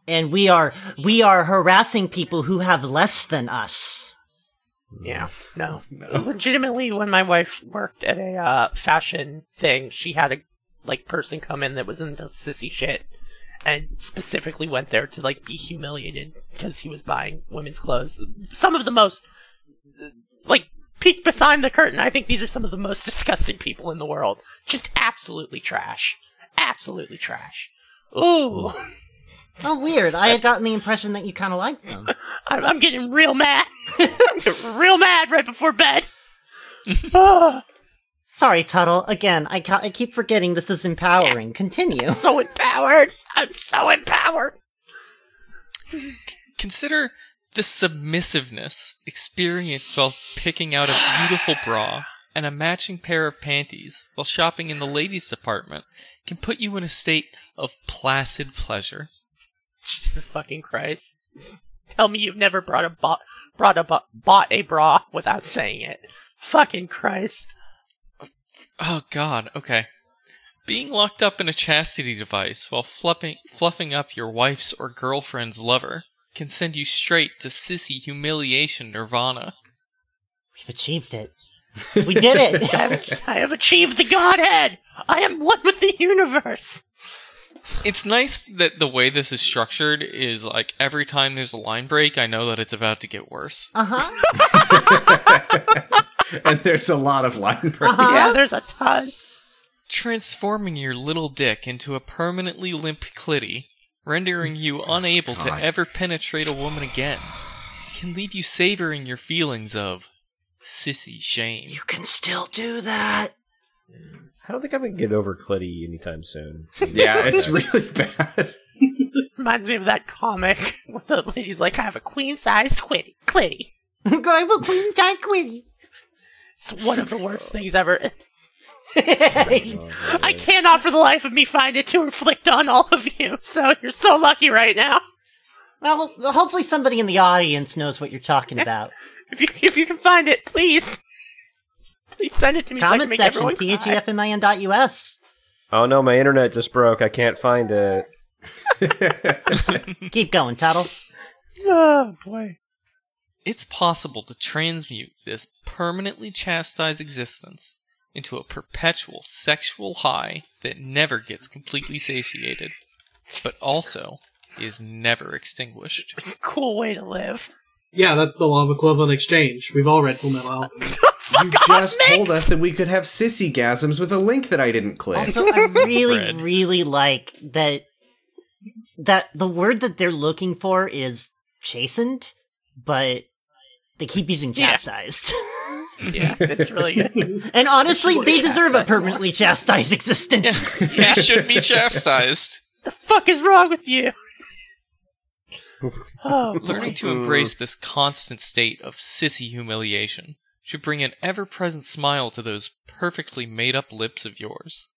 and we are we are harassing people who have less than us Yeah, no. No. Legitimately, when my wife worked at a uh, fashion thing, she had a like person come in that was into sissy shit, and specifically went there to like be humiliated because he was buying women's clothes. Some of the most uh, like peek behind the curtain. I think these are some of the most disgusting people in the world. Just absolutely trash. Absolutely trash. Ooh, oh weird i had gotten the impression that you kind of liked them I'm, I'm getting real mad. I'm getting real mad right before bed. Ah. sorry tuttle again i, ca- I keep forgetting this is empowering continue so empowered. I'm so empowered. Consider the submissiveness experienced while picking out a beautiful bra and a matching pair of panties while shopping in the ladies' department can put you in a state of placid pleasure. Jesus fucking Christ! Tell me you've never brought a bought brought a bo- bought a bra without saying it. Fucking Christ! Oh god, okay. Being locked up in a chastity device while fluffing, fluffing up your wife's or girlfriend's lover can send you straight to sissy humiliation nirvana. we've achieved it we did it I have achieved the Godhead. I am one with the universe. It's nice that the way this is structured is like every time there's a line break, I know that it's about to get worse. uh-huh and there's a lot of line breaks. Uh-huh. Yeah, there's a ton. transforming your little dick into a permanently limp clitty, rendering you unable to God. ever penetrate a woman again, can leave you savoring your feelings of sissy shame. you can still do that I don't think I'm gonna get over Clitty anytime soon. Yeah, it's really bad. Reminds me of that comic where the lady's like, "I have a queen sized quitty clitty." I'm going with Queen Di Queen. It's one of the worst things ever. Oh, I cannot for the life of me find it to inflict on all of you. So you're so lucky right now. well, hopefully somebody in the audience knows what you're talking about. If you if you can find it, please, please send it to me. so I can Comment make section, E everyone cry. thgfmn.us. Oh no, my internet just broke. I can't find it. Keep going, Tuttle. Oh boy. It's possible to transmute this permanently chastised existence into a perpetual sexual high that never gets completely satiated, but also is never extinguished. Cool way to live. Yeah, that's the law of equivalent exchange. We've all read Full Metal Alchemist. you just told us that we could have sissy gasms with a link that I didn't click. Also, I really, Bread. really like that that the word that they're looking for is chastened, but they keep using Yeah. chastised. Yeah, it's really good. and honestly, Sure, they deserve a chastised, yeah. permanently chastised existence. You should be chastised. the fuck is wrong with you? Oh, Learning to embrace this constant state of sissy humiliation should bring an ever present smile to those perfectly made up lips of yours.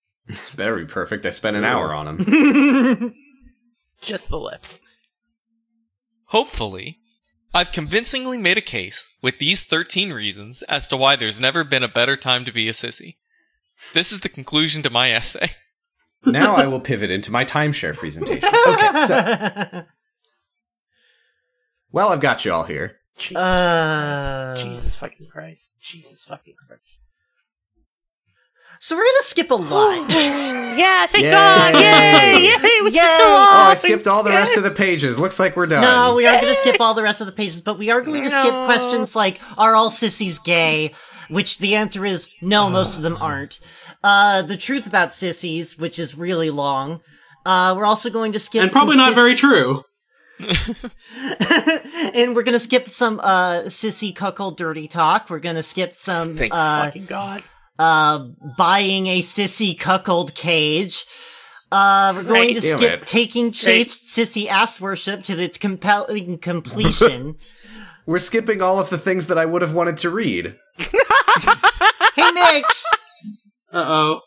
Better be perfect. I spent an hour on them. just the lips. Hopefully, I've convincingly made a case with these 13 reasons as to why there's never been a better time to be a sissy. This is the conclusion to my essay. now I will pivot into my timeshare presentation. Okay, so well, I've got you all here. Jesus, Uh. Jesus fucking Christ. Jesus fucking Christ. so we're gonna skip a lot. Yeah, thank Yay. God! Yay! Yay! It was Yay. so Oh, long. I skipped all the rest of the pages. Looks like we're done. No, we are going to skip all the rest of the pages, but we are going to skip questions like "Are all sissies gay?" Which the answer is no, most of them aren't. Uh, the truth about sissies, which is really long. Uh, we're also going to skip and probably some not sis- very true. and we're going to skip some uh, sissy cuckold dirty talk. We're going to skip some Thank uh, fucking God. uh, buying a sissy cuckold cage. Uh, we're going to Damn skip it. taking chaste sissy ass worship to its compelling completion. We're skipping all of the things that I would have wanted to read. hey, Mix, Uh oh.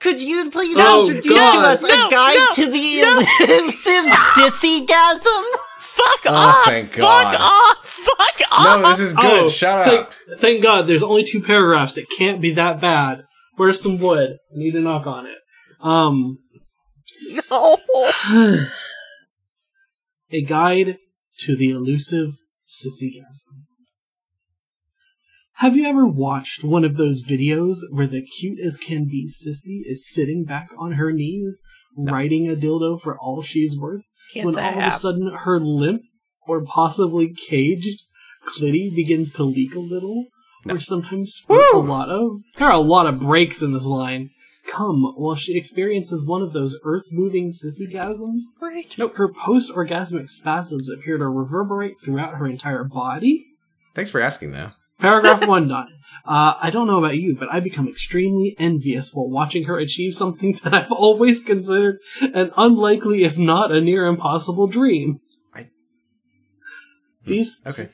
could you please Oh, introduce God. to us No, a guide no, to the elusive sissy gasm? Fuck Oh, off! thank Ah, fuck God. off! Oh, Fuck off! No, this is good. Shut thank, up. Thank God, there's only two paragraphs. It can't be that bad. Where's some wood? I need to knock on it. Um, no. a guide to the elusive sissygasm. Have you ever watched one of those videos where the cute as can be sissy is sitting back on her knees, riding a dildo for all she's worth, Can't when say all I of a have. sudden her limp or possibly caged clitty begins to leak a little, No. which sometimes spurts a lot of. There are a lot of breaks in this line. Come while she experiences one of those earth-moving sissygasms. Nope. Her post-orgasmic spasms appear to reverberate throughout her entire body. Thanks for asking, though. Paragraph one done. Uh, I don't know about you, but I become extremely envious while watching her achieve something that I've always considered an unlikely, if not a near impossible, dream. I- These Okay.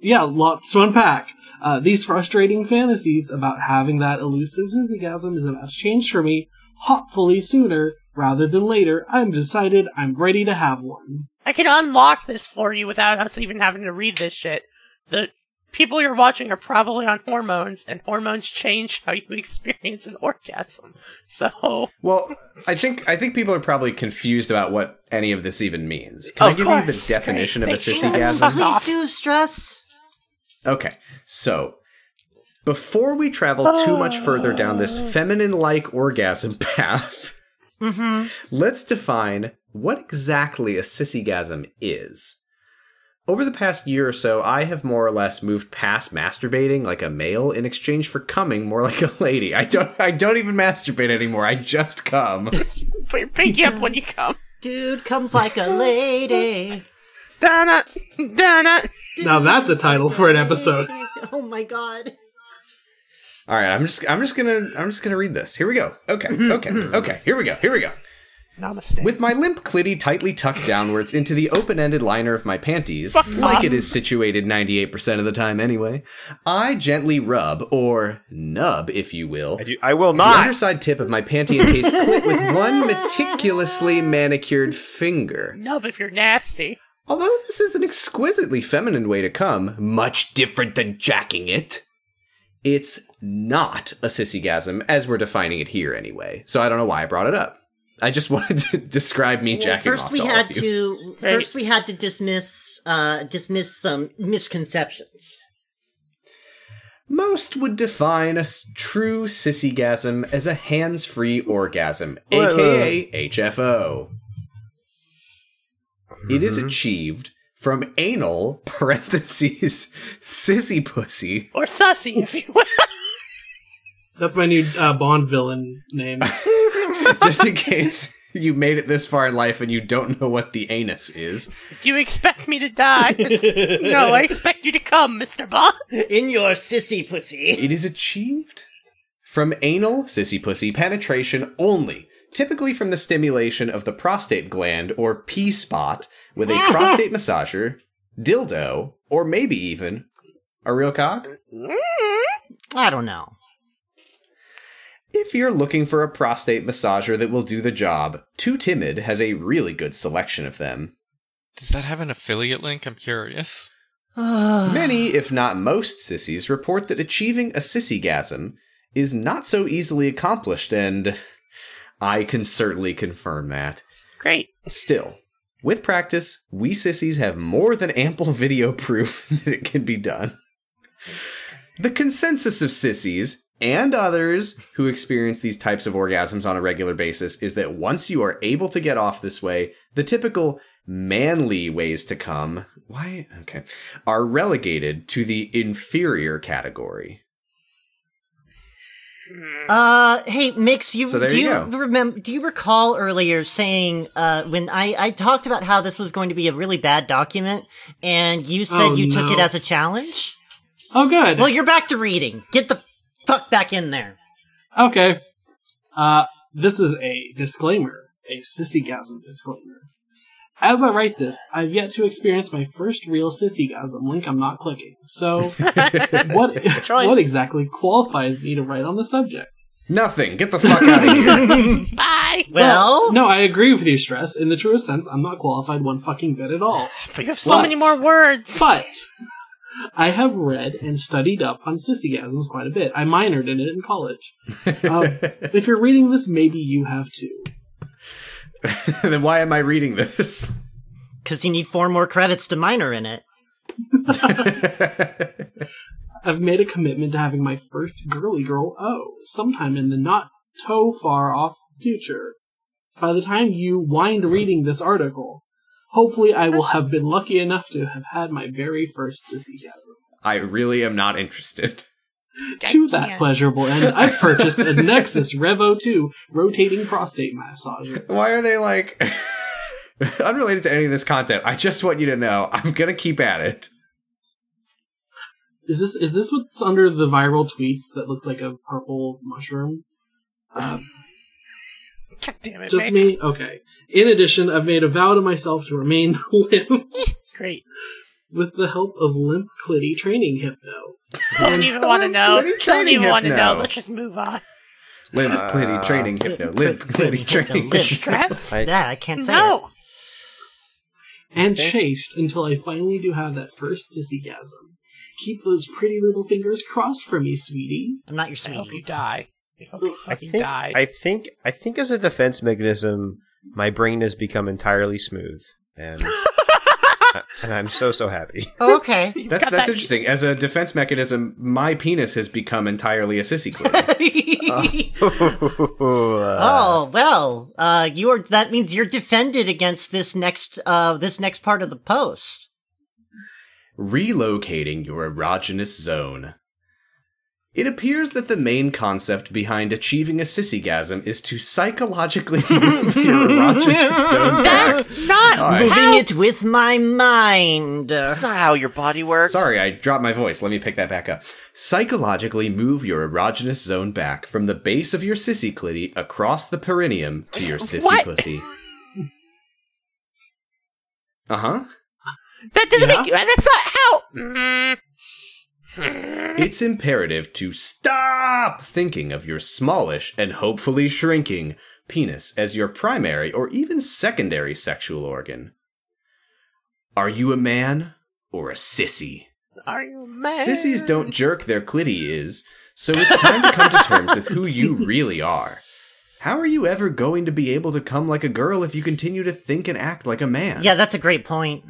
yeah, lots to unpack. Uh, these frustrating fantasies about having that elusive sissygasm is about to change for me, hopefully sooner rather than later. I'm decided I'm ready to have one. I can unlock this for you without us even having to read this shit. The people you're watching are probably on hormones, and hormones change how you experience an orgasm. So, Well, I think I think people are probably confused about what any of this even means. Can I Of give you course. the definition of a Thank you. sissygasm? Fuck Please off. do, stress. Okay, so before we travel too much further down this feminine like orgasm path, Mm-hmm. let's define what exactly a sissygasm is. Over the past year or so, I have more or less moved past masturbating like a male in exchange for coming more like a lady. I don't I don't even masturbate anymore. I just come. put your pinky up when you come. Dude comes like a lady. Donna, Donna. Now that's a title for an episode. oh my god. All right, I'm just I'm just going to I'm just going to read this. Here we go. Okay. Okay. Okay. Here we go. Here we go. Namaste. With my limp clitty tightly tucked downwards into the open ended liner of my panties, like it is situated 98% of the time anyway, I gently rub, or nub if you will, I, do, I will the not. underside tip of my panty encased clit with one meticulously manicured finger. Nub if you're nasty. Although this is an exquisitely feminine way to come, much different than jacking it, it's not a sissygasm as we're defining it here anyway. So I don't know why I brought it up. I just wanted to describe me Well, jacking first off we to all had of you. to Hey. first we had to dismiss uh dismiss some misconceptions. Most would define a s- true sissygasm as a hands free orgasm, Wait, aka HFO. It Mm-hmm. is achieved from anal parentheses sissy pussy. Or sussy if you will. That's my new uh, Bond villain name. Just in case you made it this far in life and you don't know what the anus is. Do you expect me to die? no, I expect you to come, Mr. Bond. In your sissy pussy. It is achieved from anal sissy pussy penetration only, typically from the stimulation of the prostate gland or P spot with a prostate massager, dildo, or maybe even a real cock. I don't know. If you're looking for a prostate massager that will do the job, Too Timid has a really good selection of them. Does that have an affiliate link? I'm curious. Many, if not most, sissies report that achieving a sissygasm is not so easily accomplished, and I can certainly confirm that. Great. Still, with practice, we sissies have more than ample video proof that it can be done. The consensus of sissies and others who experience these types of orgasms on a regular basis is that once you are able to get off this way, the typical manly ways to come, why? Okay, are relegated to the inferior category. Uh, hey, Mix, you So there do you you, go. remember? Do you recall earlier saying uh, when I I talked about how this was going to be a really bad document, and you said Oh, you took no. it as a challenge? Oh, good. Well, you're back to reading. Get the fuck back in there. Okay. Uh, this is a disclaimer, a sissygasm disclaimer. As I write this, I've yet to experience my first real sissygasm. Link, I'm not clicking. So, what Choice. what exactly qualifies me to write on the subject? Nothing. Get the fuck out of here. Bye. Well, no, I agree with you, Stress. In the truest sense, I'm not qualified one fucking bit at all. But you have so many But- more words. But I have read and studied up on sissygasms quite a bit. I minored in it in college. Um, if you're reading this, maybe you have too. then why am I reading this? because you need four more credits to minor in it. I've made a commitment to having my first girly girl O sometime in the not too far off future. By the time you wind reading this article, hopefully I will have been lucky enough to have had my very first sissygasm. I really am not interested. to that can't. pleasurable end, I've purchased a Nexus Revo 2 rotating prostate massager. Why are they like unrelated to any of this content? I just want you to know I'm gonna keep at it. Is this is this what's under the viral tweets that looks like a purple mushroom? Um, God damn it, just Max. me? Okay. In addition, I've made a vow to myself to remain limp Great. with the help of limp clitty training hypno. Don't even want to know. bloody Don't training even want to hypno. know. Let's just move on. Limp, clitty, training, hypno. Limp, clitty, training. Limp. hypno. Stress? I- Yeah, I can't say No. And chased until I finally do have that first sissygasm. Keep those pretty little fingers crossed for me, sweetie. it. I'm not your I hope you sweetie. die. I hope you I fucking think, die. I think I think as a defense mechanism, my brain has become entirely smooth, and and I'm so so happy. Oh, okay. You've That's got that's that- interesting. As a defense mechanism, my penis has become entirely a sissy clip. Uh, oh well, uh, you are. That means you're defended against this next, uh, this next part of the post. Relocating your erogenous zone. It appears that the main concept behind achieving a sissygasm is to psychologically move your erogenous zone back. That's not. All right. Moving How- it with my mind. That's not how your body works. Sorry, I dropped my voice. Let me pick that back up. Psychologically move your erogenous zone back from the base of your sissy clitty across the perineum to your sissy What? pussy. Uh huh. That doesn't Yeah. make. That's not how. Mm. It's imperative to stop thinking of your smallish and hopefully shrinking penis as your primary or even secondary sexual organ. Are you a man or a sissy? Are you mad? Sissies don't jerk their clitty is, so it's time to come to terms with who you really are. How are you ever going to be able to come like a girl if you continue to think and act like a man? Yeah, that's a great point.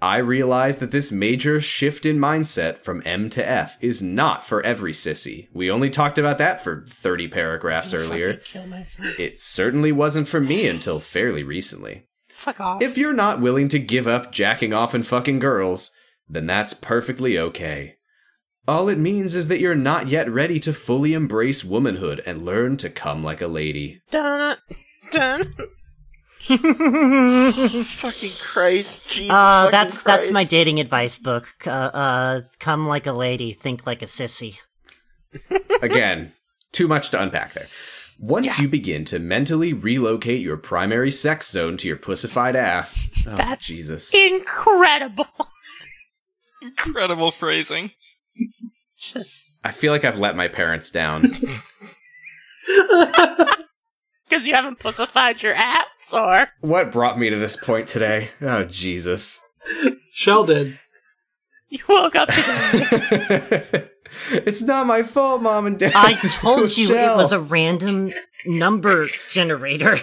I realize that this major shift in mindset from M to F is not for every sissy. We only talked about that for 30 paragraphs earlier. Fucking Kill myself. It certainly wasn't for me until fairly recently. Fuck off. If you're not willing to give up jacking off and fucking girls, then that's perfectly okay. All it means is that you're not yet ready to fully embrace womanhood and learn to come like a lady. Dun, dun. Fucking Christ, Jesus. Uh, fucking that's that's my Christ. dating advice book. Uh, uh, come like a lady, think like a sissy. Again, too much to unpack there. Once you begin to mentally relocate your primary sex zone to your pussified ass, oh, That's Jesus. Incredible. Incredible phrasing. Just I feel like I've let my parents down. because you haven't pussified your ass, or what brought me to this point today? Oh, Jesus. Sheldon. you woke up today. it's not my fault, mom and dad. I Oh, told you it was a Shells. random number generator. I'm-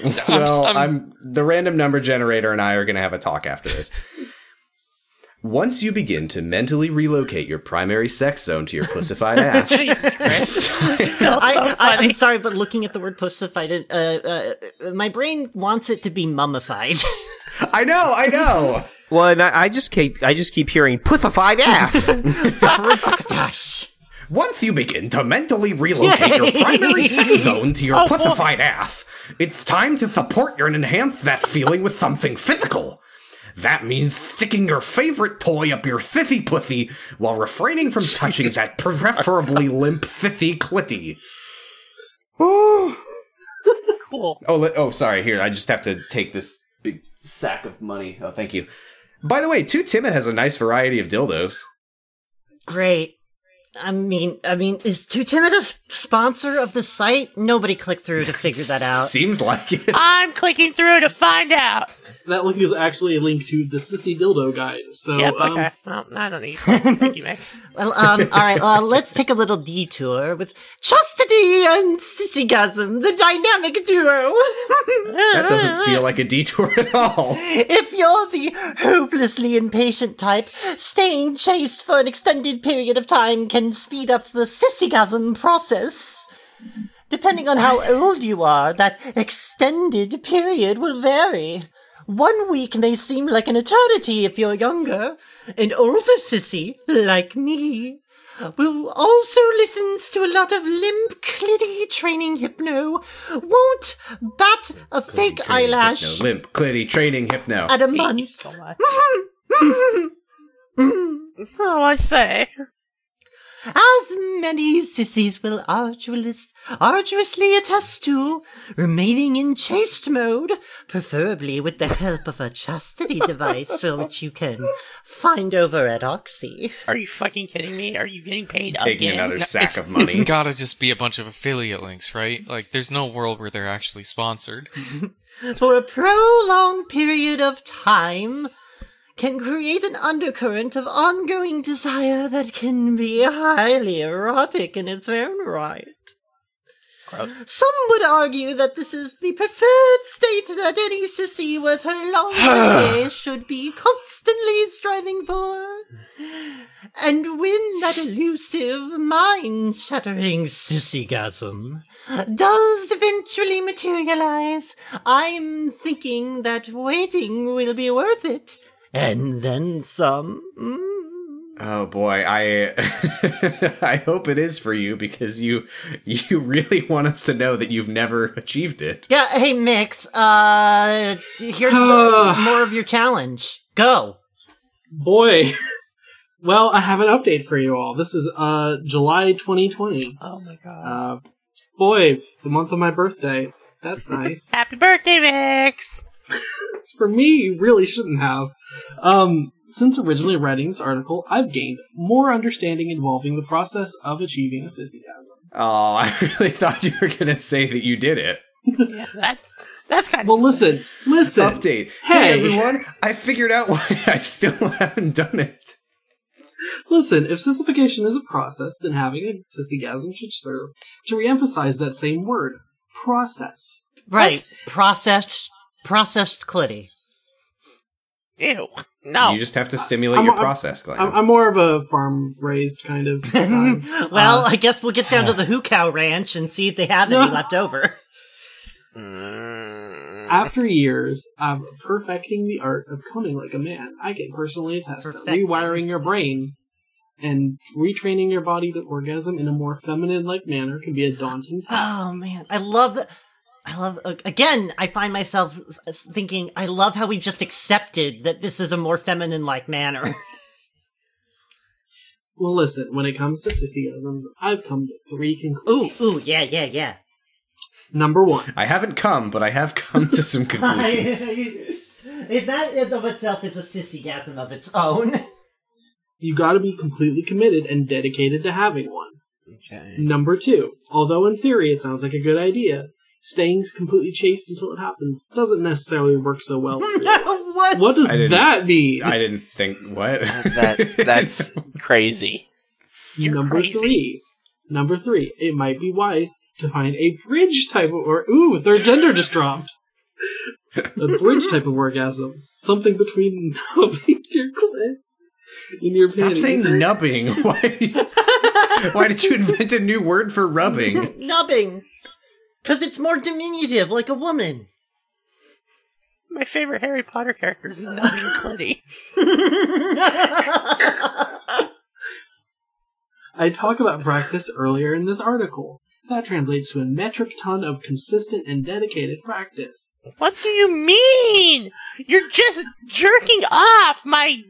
well, I'm, I'm- the random number generator and I are going to have a talk after this. Once you begin to mentally relocate your primary sex zone to your pussified ass, it's time- That's so I, I, funny. I'm sorry, but looking at the word pussified, uh, uh, uh, my brain wants it to be mummified. I know, I know. well, and I, I just keep I just keep hearing puthified F. Gosh. Once you begin to mentally relocate your primary sex zone to Oh, your pussified ass, it's time to support your and enhance that feeling with something physical. That means sticking your favorite toy up your sissy pussy while refraining from touching that preferably limp sissy clitty. cool. Oh, let, oh, sorry. Here, I just have to take this big sack of money. Oh, thank you. By the way, Too Timid has a nice variety of dildos. Great. I mean, I mean, is Too Timid a s- sponsor of the site? Nobody clicked through to figure that out. Seems like it. I'm clicking through to find out. That link is actually a link to the Sissy Dildo Guide. Oh, So, yep, um, okay. Well, I don't need Thank you, Max. Well, um, all right, uh, let's take a little detour with Chastity and Sissygasm, the dynamic duo. That doesn't feel like a detour at all. if you're the hopelessly impatient type, staying chaste for an extended period of time can speed up the Sissygasm process. Depending on how old you are, that extended period will vary. One week may seem like an eternity if you're younger. An older sissy, like me, who also listens to a lot of limp clitty training hypno, won't bat a fake Training eyelash Uh, hypno, limp, clitty, training, hypno. at a Thank you month. so much. Oh, I say. As many sissies will arduous, arduously attest to, remaining in chaste mode, preferably with the help of a chastity device for which you can find over at Oxy. Are you fucking kidding me? Are you getting paid Taking again? another No, sack it's- of money. It's gotta just be a bunch of affiliate links, right? Like, there's no world where they're actually sponsored. for a prolonged period of time can create an undercurrent of ongoing desire that can be highly erotic in its own right. Some would argue that this is the preferred state that any sissy with her long hair should be constantly striving for. And when that elusive, mind shattering sissygasm does eventually materialize, I'm thinking that waiting will be worth it. And then some. Mm. Oh boy, I I hope it is for you because you you really want us to know that you've never achieved it. Yeah, hey, Mix, uh, here's the, more of your challenge. Go. boy. well, I have an update for you all. This is uh, July 2020. Oh my god. Uh, boy, the month of my birthday. That's nice. Happy birthday, Max! for me, you really shouldn't have. Um, since originally writing this article, I've gained more understanding involving the process of achieving a sissygasm. Oh, I really thought you were gonna say that you did it. Yeah, that's that's kind Well, listen, listen. Update. Hey. everyone, I figured out why I still haven't done it. Listen, if sissification is a process, then having a sissygasm should serve to reemphasize that same word, process. Right. Processed, processed clitty. of ew. No. You just have to stimulate I'm- your I'm- process, Glenn. I'm, I'm more of a farm-raised kind of. um, Well, uh, I guess we'll get down to the Hoo Cow Ranch and see if they have any No. left over. after years of perfecting the art of coming like a man, I can personally attest that Perfecting. rewiring your brain and retraining your body to orgasm in a more feminine-like manner can be a daunting task. Oh man, I love that. I love again. I find myself s- s- thinking. I love how we just accepted that this is a more feminine-like manner. Well, listen, when it comes to sissygasms, I've come to three Ooh, conclusions. ooh, yeah, yeah, yeah. Number one. I haven't come, but I have come to some conclusions. if that is of itself is a sissygasm of its own. you got to be completely committed and dedicated to having one. Number two, although in theory it sounds like a good idea, staying completely chaste until it happens doesn't necessarily work so well. what? what does I didn't- that mean? I didn't think what that that's crazy. You're number crazy. three, number three, it might be wise to find a bridge type of or ooh, their gender just dropped. a bridge type of orgasm, something between nubbing your clit in your Stop panties. saying nubbing. Why? Why did you invent a new word for rubbing? Nubbing. Because it's more diminutive, like a woman. My favorite Harry Potter character is Nubbing Clitty. I talk about practice earlier in this article. That translates to a metric ton of consistent and dedicated practice. What do you mean? You're just jerking off, my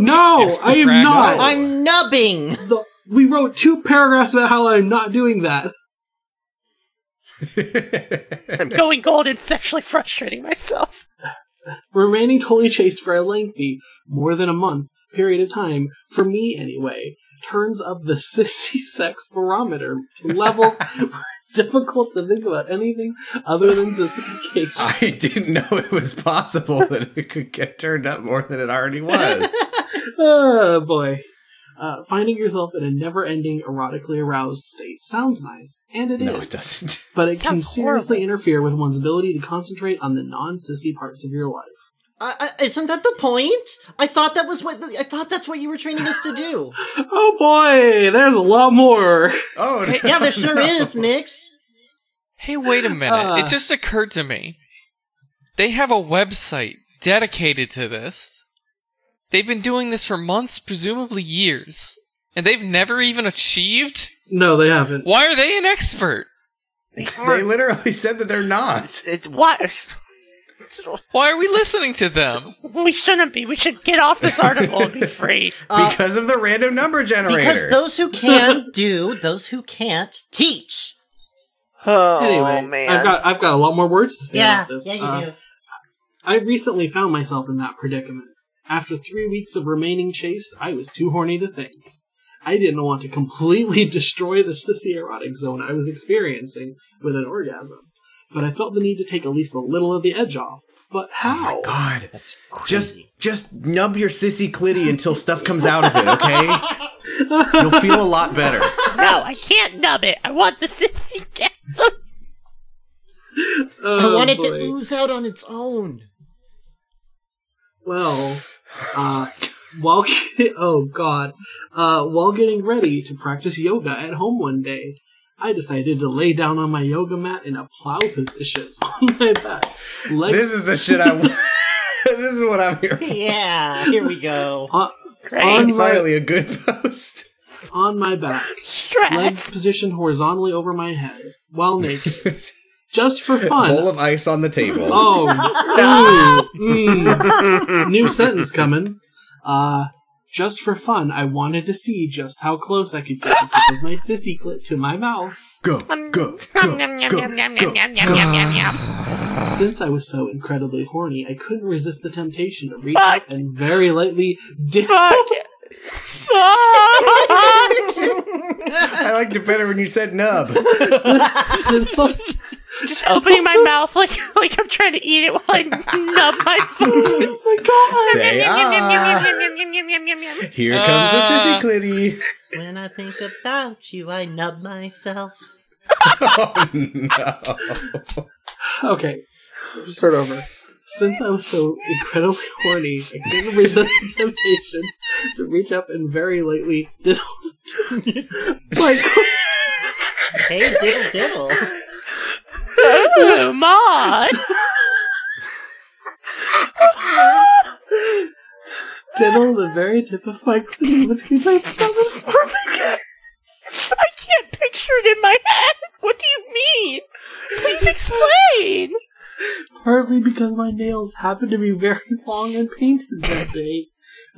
No, It's I am practice. not. I'm nubbing. The- we wrote two paragraphs about how I'm not doing that. I'm going gold and sexually frustrating myself. Remaining totally chaste for a lengthy, more than a month, period of time, for me anyway, turns up the sissy sex barometer to levels where it's difficult to think about anything other than sissification. I didn't know it was possible that it could get turned up more than it already was. oh boy. Uh, finding yourself in a never ending erotically aroused state sounds nice, and it is. no, it doesn't. But it can Sounds seriously horrible. interfere with one's ability to concentrate on the non sissy parts of your life. I, I, isn't that the point? I thought that was what I thought that's what you were training us to do. Oh boy, there's a lot more. Oh, no, yeah, there sure no. is, Mix. Hey, wait a minute. Uh. it just occurred to me. They have a website dedicated to this. They've been doing this for months, presumably years, and they've never even achieved? No, they haven't. Why are they an expert? They literally said that they're not. It's what? Why are we listening to them? We shouldn't be. We should get off this article and be free. Uh, because of the random number generator. because those who can do, those who can't teach. Oh Anyway, man. I've got I've got a lot more words to say Yeah, about this. yeah, you Uh, do. I recently found myself in that predicament. After three weeks of remaining chased, I was too horny to think. I didn't want to completely destroy the sissy erotic zone I was experiencing with an orgasm, but I felt the need to take at least a little of the edge off. But Oh how? God, just just nub your sissy clitty until stuff comes out of it, okay? You'll feel a lot better. No, Oh, I can't nub it. I want the sissy gasm. Oh, I wanted to boy. ooze out on its own. Well, uh, while ge- oh god, uh, while getting ready to practice yoga at home one day, I decided to lay down on my yoga mat in a plow position on my back. Legs This is the shit I. want. this is what I'm here for. Yeah, here we go. on, Great. on my, Finally, a good post. on my back, legs Stress. positioned horizontally over my head, while naked, just for fun. Bowl of ice on the table. Oh, ooh, mm. new sentence coming. Uh, just for fun, I wanted to see just how close I could get the tip of my sissy clit to my mouth. Go, go, go, Yum, yum, yum, yum, yum, yum, yum, yum, yum, yum, yum. Since I was so incredibly horny, I couldn't resist the temptation to reach Fuck. up and very lightly dip. Fuck. Fuck. I liked it better when you said nub. Just opening my mouth like like I'm trying to eat it while I nub my food. oh Say ah. Here comes Ah. the sissy clitty. When I think about you, I nub myself. Oh no. my god! Okay, let's start over. Since I was so incredibly horny, I couldn't resist the temptation to reach up and very lightly diddle like Hey, diddle diddle. Oh, Maud. diddle the very tip of my clit between my thumb and forefinger. I can't picture it in my head. What do you mean? Please explain. Partly because my nails happened to be very long and painted that day.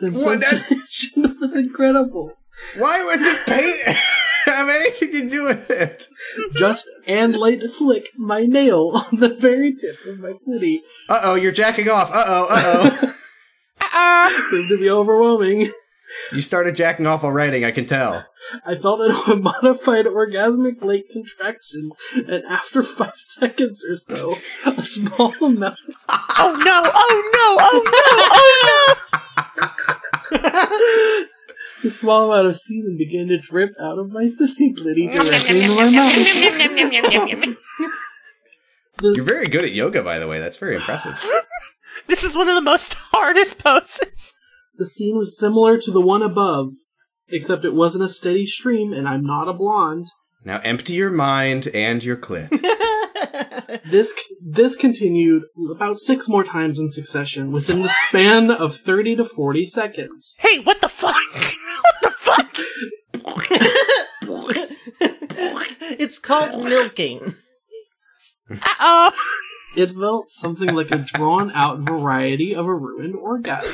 The What? sensation was incredible. Why would the paint have anything to do with it? just and light flick my nail on the very tip of my clitty Uh oh, you're jacking off. Uh oh, uh oh. seemed to be overwhelming. you started jacking off while writing, I can tell. I felt a modified orgasmic late contraction, and after five seconds or so, a small amount. Oh no! Oh no! Oh no! Oh The small amount of semen began to drip out of my sissy clitty no! directly into my mouth. You're very good at yoga, by the way. That's very impressive. This is one of the most hardest poses. The scene was similar to the one above, except it wasn't a steady stream, and I'm not a blonde. Now empty your mind and your clit. This this continued about six more times in succession within the span of thirty to forty seconds. Hey, what the fuck? What the fuck? it's called milking. Uh oh. It felt something like a drawn out variety of a ruined orgasm,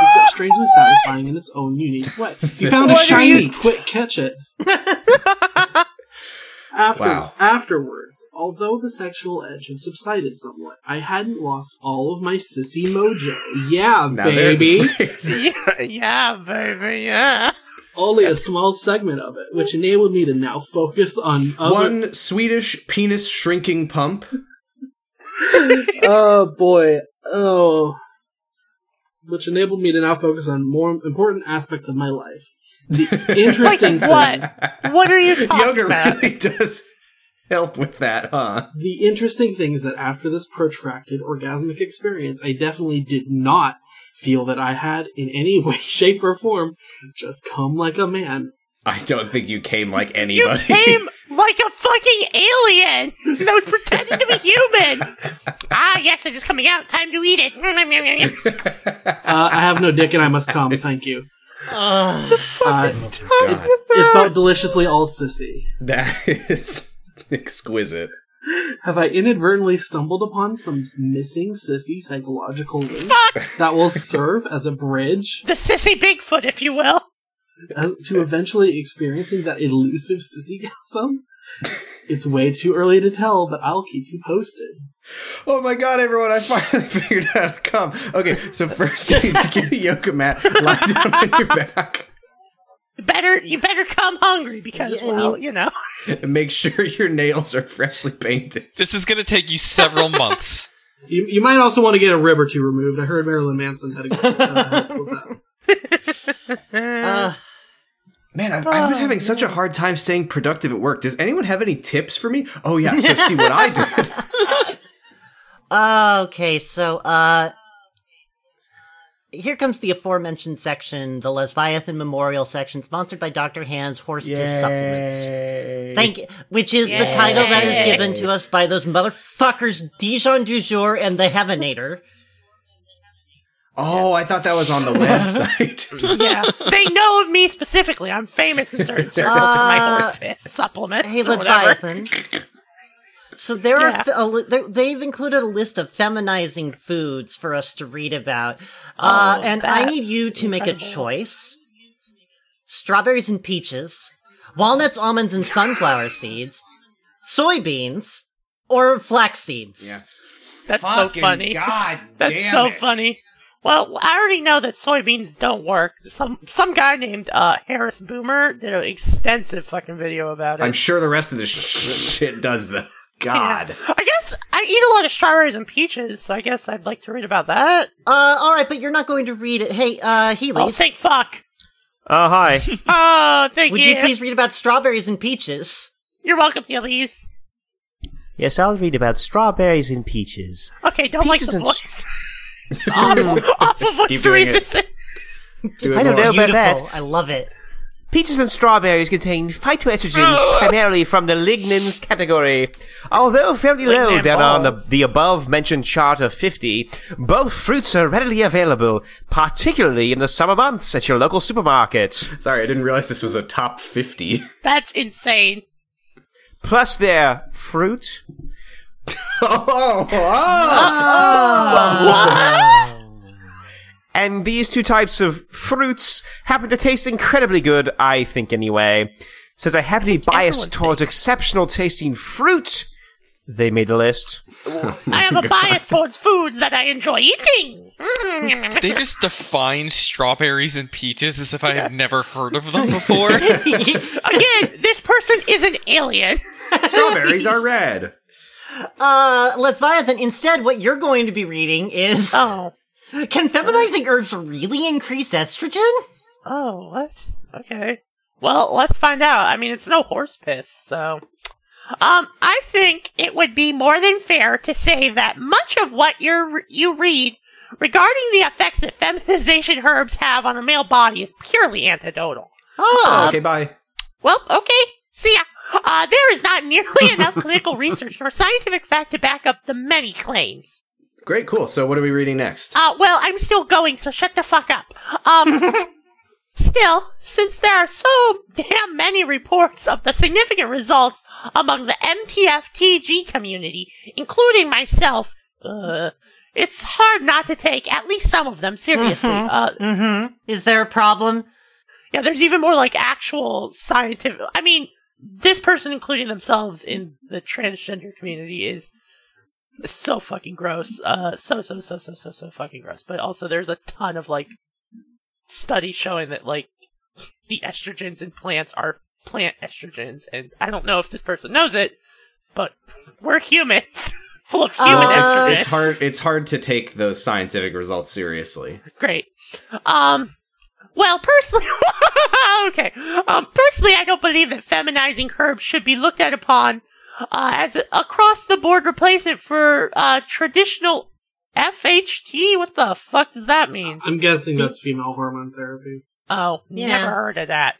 except strangely satisfying in its own unique way. You found What a are shiny, you- quick catch it. After, Wow. Afterwards, although the sexual edge had subsided somewhat, I hadn't lost all of my sissy mojo. Yeah, Now there's a baby. phrase. Yeah, yeah, baby, yeah. only a small segment of it, which enabled me to now focus on other- One Swedish penis shrinking pump. oh boy. Oh. Which enabled me to now focus on more important aspects of my life. The interesting Like thing. what? What are you talking Yoga about? really does help with that, huh? The interesting thing is that after this protracted orgasmic experience, I definitely did not feel that I had, in any way, shape, or form, just come like a man. I don't think you came like You anybody. came like a fucking alien that was pretending to be human. ah, yes, it is coming out. Time to eat it. Uh, I have no dick and I must come. Thank you. Ugh. Uh, God, it felt deliciously all sissy. that is exquisite. Have I inadvertently stumbled upon some missing sissy psychological link that will serve as a bridge the sissy Bigfoot, if you will. as- to eventually experiencing that elusive sissygasm? It's way too early to tell, but I'll keep you posted. Oh my god, everyone, I finally figured out how to come. Okay, so first you need to get a yoga mat, lie down on your back, Better, you better come hungry because, Yeah, I well, mean- you know. and make sure your nails are freshly painted. This is gonna take you several months. You, you might also want to get a rib or two removed. I heard Marilyn Manson had a good uh, help with that. Uh, Man, I've, I've Oh, been having such a hard time staying productive at work. Does anyone have any tips for me? Oh yeah, so see what I did. Okay, so uh here comes the aforementioned section, the Lesbiathan Memorial section, sponsored by Dr. Hand's Horse Kiss Supplements. Thank you, which is the title that is given to us by those motherfuckers Dijon du Jour and the Heavenator. Oh, I thought that was on the website. Yeah, they know of me specifically. I'm famous in certain circles for my horse piss supplements. Hey, or whatever. Lesbiathan. So there Yeah. are fe- a li- there- they've included a list of feminizing foods for us to read about, uh, Oh, and I need that's you to make a incredible. choice: strawberries and peaches, walnuts, almonds, and sunflower seeds, soybeans, or flax seeds. That's so funny. God That's so funny. Well, I already know that soybeans don't work. Some some guy named uh, Harris Boomer did an extensive fucking video about it. I'm sure the rest of this shit does the God. I guess I eat a lot of strawberries and peaches, so I guess I'd like to read about that. Uh, all right, but you're not going to read it. Hey, uh, Healy, Oh, thank fuck. Uh, hi. Oh, thank would you. you please read about strawberries and peaches? You're welcome, Elise. Yes, I'll read about strawberries and peaches. Okay, don't Peaches like the and voice. awful, awful voice Keep to read doing it. this in. Do it I don't more. know about that. Beautiful. I love it. Peaches and strawberries contain phytoestrogens primarily from the lignans category. Although fairly low Lignin down on the, balls. the above mentioned chart of 50, both fruits are readily available, particularly in the summer months at your local supermarket. Sorry, I didn't realize this was a top 50. That's insane. Plus, their fruit, oh, oh, And these two types of fruits happen to taste incredibly good, I think, anyway. Since I happen to be biased towards exceptional tasting fruit, they made the list. I have a bias towards foods that I enjoy eating. Mm. They just define strawberries and peaches as if I had never heard of them before. Again, this person is an alien. strawberries are red. Uh, Lesbiathan, instead, what you're going to be reading is Oh, Can feminizing herbs really increase estrogen? oh, what? Okay. Well, let's find out. I mean, it's no horse piss, so. Um, I think it would be more than fair to say that much of what you you read regarding the effects that feminization herbs have on a male body is purely anecdotal. Uh, Oh, okay, bye. Well, okay. See ya. Uh, there is not nearly enough clinical research nor scientific fact to back up the many claims. Great, cool. So what are we reading next? Uh, well, I'm still going, so shut the fuck up. Um, still, since there are so damn many reports of the significant results among the MTFTG community, including myself, uh, it's hard not to take at least some of them seriously. Uh, Mm-hmm. Is there a problem? Yeah, there's even more like actual scientific. I mean, this person, including themselves in the transgender community, is so fucking gross. Uh, so so so so so so fucking gross. But also, there's a ton of like studies showing that like the estrogens in plants are plant estrogens, and I don't know if this person knows it, but we're humans, full of human Uh, estrogens. it's, it's hard. It's hard to take those scientific results seriously. Great. Um, well, personally, okay. Um, personally, I don't believe that feminizing herbs should be looked at upon uh, as a across-the-board replacement for uh, traditional FHT. What the fuck does that mean? I'm guessing that's female hormone therapy. Oh, Yeah. never heard of that.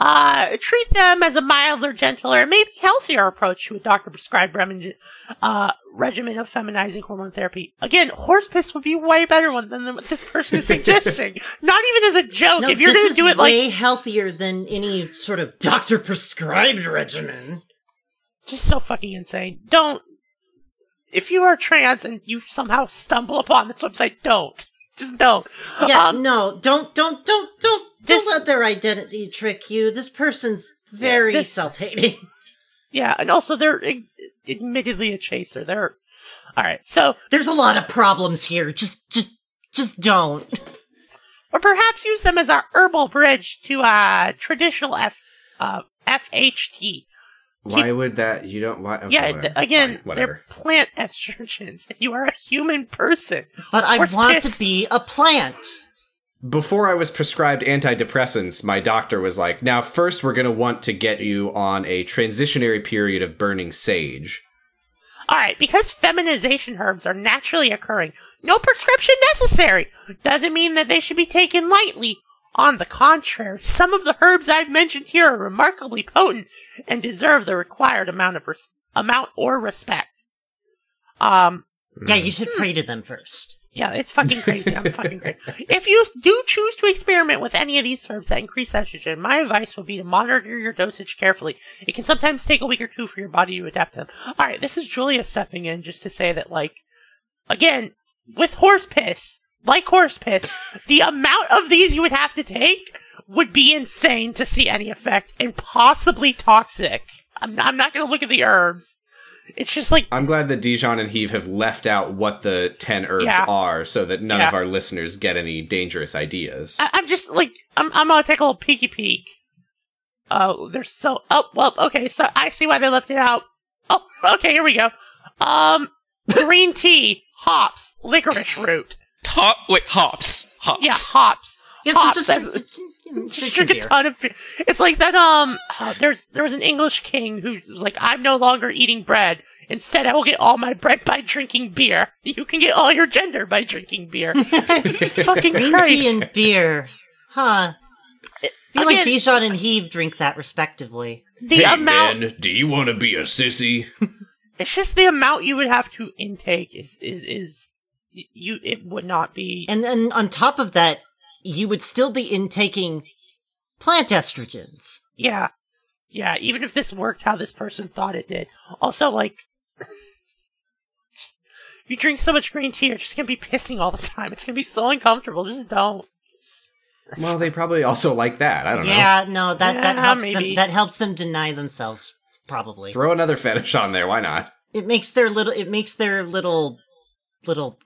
Uh, treat them as a milder, gentler, and maybe healthier approach to a doctor prescribed remen- uh, regimen of feminizing hormone therapy. Again, horse piss would be way better one than what this person is suggesting. Not even as a joke. No, if you're this going to is do it like way healthier than any sort of doctor prescribed regimen. just so fucking insane. Don't. If you are trans and you somehow stumble upon this website, don't. Just don't. Yeah, Um, no, don't, don't, don't, don't, this- don't let their identity trick you. This person's very this- self-hating. yeah, and also they're ad- admittedly a chaser. They're all right. So, There's a lot of problems here. Just, just, just don't. or perhaps use them as our herbal bridge to uh traditional F uh FHT. Why would that? You don't. Why? okay, yeah, whatever. th- again, Fine, they're whatever. plant estrogens. You are a human person. But I Horse want piss. to be a plant. Before I was prescribed antidepressants, my doctor was like, "Now, first, we're going to want to get you on a transitionary period of burning sage." All right, because feminization herbs are naturally occurring, no prescription necessary. Doesn't mean that they should be taken lightly. On the contrary, some of the herbs I've mentioned here are remarkably potent and deserve the required amount of res- amount or respect. Um, Yeah, Hmm. you should pray to them first. yeah, it's fucking crazy. I'm fucking crazy. If you do choose to experiment with any of these herbs that increase estrogen, my advice would be to monitor your dosage carefully. It can sometimes take a week or two for your body to adapt to them. All right, this is Julia stepping in just to say that, like, again, with horse piss, like horse piss, the amount of these you would have to take would be insane to see any effect and possibly toxic. I'm, I'm not going to look at the herbs. It's just like I'm glad that Dijon and Heave have left out what the 10 herbs Yeah. are so that none of Yeah. Uh, our listeners get any dangerous ideas. I- I'm just like I'm. I'm gonna take a little peeky peek. Oh, they're so. Oh well. Okay, so I see why they left it out. Oh, okay. Here we go. Um, green tea, hops, licorice root. Hop. Wait, hops. Hops. Yeah, hops. Yeah, Hops, so just that's- drink, drink, Just drink your drink a beer. ton of beer. It's like that. Um, oh, there's there was an English king who was like, I'm no longer eating bread. Instead, I will get all my bread by drinking beer. You can get all your gender by drinking beer. Fucking Green Christ. tea and beer. Huh. I feel like Again- Dijon and Heave drink that respectively. the amount men, do you want to be a sissy? it's just the amount you would have to intake is is is y- you it would not be And then on top of that, you would still be intaking plant estrogens. yeah yeah even if this worked how this person thought it did also like just- you drink so much green tea you're just gonna be pissing all the time it's gonna be so uncomfortable just don't well, they probably also like that. I don't Yeah, no, that, that Yeah, helps them maybe. that helps them deny themselves, probably. know. Throw another fetish on there. Why not? It makes their little it makes their little little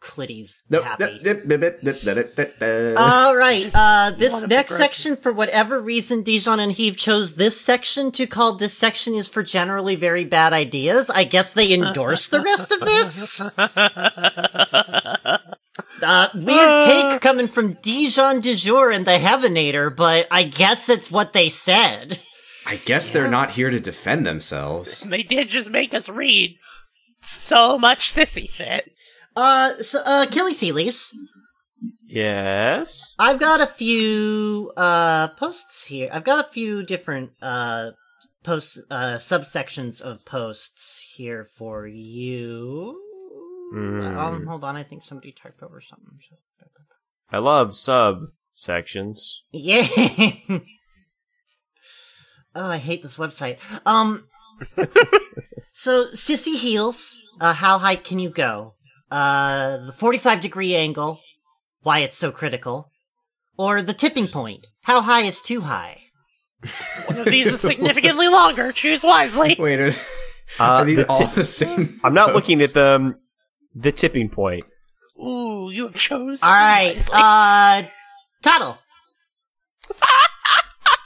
clitties Nope. happy. Dip, dip, dip, dip, dip, dip, dip. All right. Uh, One this of the next grudges. section, for whatever reason, Dijon and Heave chose this section to call this section is for generally very bad ideas. I guess they endorse the rest of this. Uh, weird take coming from Dijon du jour and the Heavenator, but I guess it's what they said. I guess they're not here to defend themselves. they did just make us read so much sissy shit Uh, so, uh, Achilles Healy's. Yes. I've got a few uh posts here. I've got a few different uh posts uh subsections of posts here for you. Mm. Um, hold on, I think somebody typed over something. I love sub sections. Yeah. oh, I hate this website. Um So Sissy Heels, uh how high can you go? Uh the 45 degree angle, why it's so critical, or the tipping point, how high is too high? one of these is significantly longer choose wisely Wait, are, Uh, are these the all ti- the same? I'm not posts? looking at the the tipping point. ooh you have chosen uh, All right, wisely. uh, Tuttle.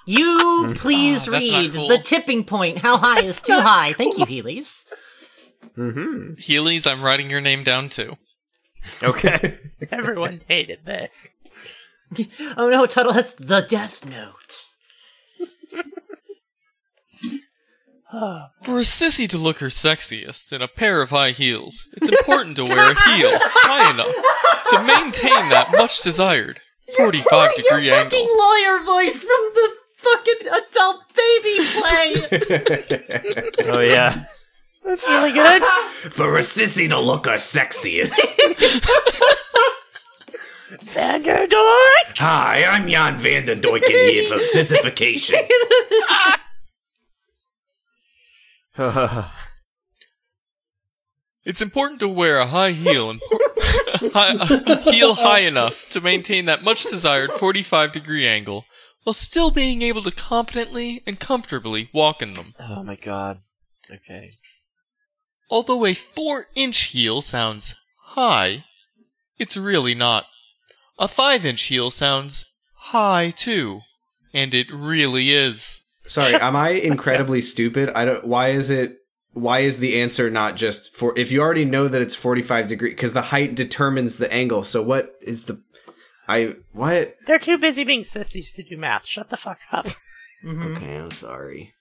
You please Ah, that's not read cool. the tipping point. How high is too high? Thank you, Healy's. Mm-hmm. Healy's, I'm writing your name down too. Okay. Everyone hated this. Oh no, Tuttle has the Death Note. Oh, For a sissy to look her sexiest in a pair of high heels, it's important to wear a heel high enough to maintain that much desired 45 degree your fucking angle. lawyer voice from the fucking adult baby play. Oh yeah. that's really good. For a sissy to look her sexiest. Vanderdork! Hi, I'm Jan van der Doiken here for sissification. It's important to wear a high heel and high, a heel high enough to maintain that much desired 45 degree angle while still being able to confidently and comfortably walk in them. Oh my god. Okay. Although a 4 inch heel sounds high, it's really not. A 5 inch heel sounds high too, and it really is. Sorry, am I incredibly stupid? I don't. Why is it? Why is the answer not just for? If you already know that it's forty-five degree, because the height determines the angle. So what is the? I what? They're too busy being sissies to do math. Shut the fuck up. Mhm. Okay, I'm sorry.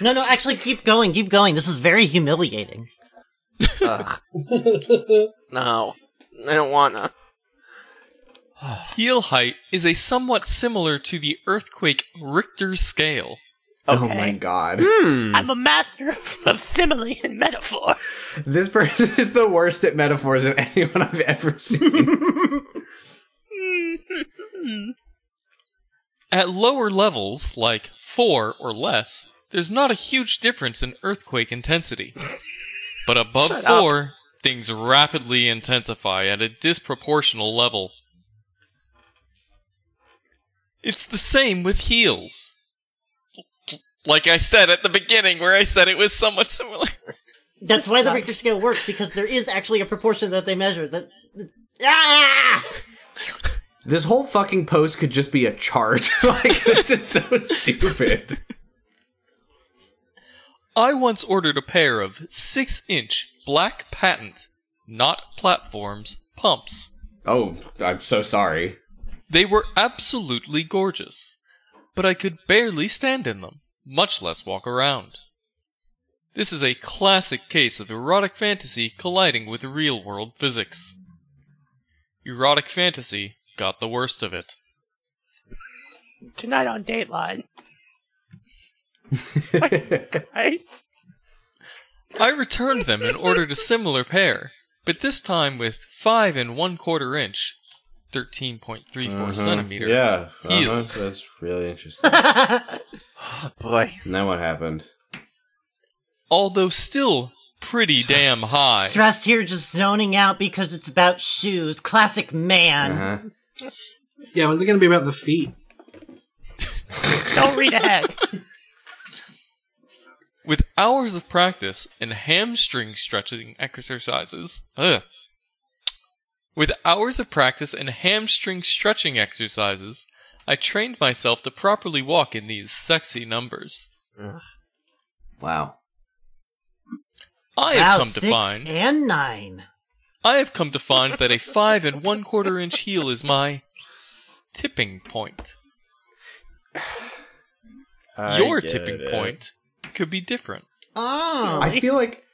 No, no, actually, keep going, keep going. This is very humiliating. Ugh. no. I don't wanna. Heel height is a somewhat similar to the earthquake Richter scale. Oh my god, I'm a master of, of simile and metaphor. this person is the worst at metaphors of anyone I've ever seen. At lower levels, like 4 or less, there's not a huge difference in earthquake intensity. But above 4, things rapidly intensify at a disproportional level. It's the same with heels. Like I said at the beginning, where I said it was somewhat similar. That's why the Richter scale works because there is actually a proportion that they measure. That ah! this whole fucking post could just be a chart. like this is so stupid. I once ordered a pair of 6 inch black patent, not platforms, pumps. Oh, I'm so sorry. They were absolutely gorgeous, but I could barely stand in them, much less walk around. This is a classic case of erotic fantasy colliding with real world physics. Erotic fantasy got the worst of it. Tonight on Dateline. Christ. I returned them and ordered a similar pair, but this time with 5 and 1 quarter inch, 13.34 centimeter. Uh-huh. Yeah, uh-huh, Heels. that's really interesting. Boy. and then what happened? Although still pretty damn high. Stressed here, just zoning out because it's about shoes. Classic man. Uh-huh. Yeah, when's it going to be about the feet? Don't read ahead. With hours of practice and hamstring stretching exercises, ugh. With hours of practice and hamstring stretching exercises, I trained myself to properly walk in these sexy numbers. Wow. I Wow, have come to six find and nine. I have come to find that a five and one quarter inch heel is my tipping point. Your tipping point could be different. Oh, I feel like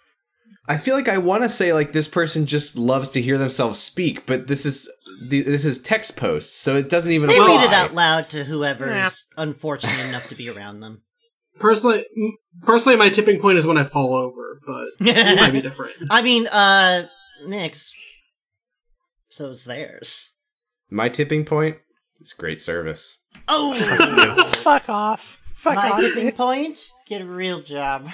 I feel like I want to say like this person just loves to hear themselves speak, but this is th- this is text posts, so it doesn't even they apply. read it out loud to whoever Yeah. is unfortunate enough to be around them. Personally, m- personally, my tipping point is when I fall over, but it might be different. I mean, uh, Nick's. So it's theirs. My tipping point is great service. Oh, fuck off. Fuck my off. tipping point. Get a real job.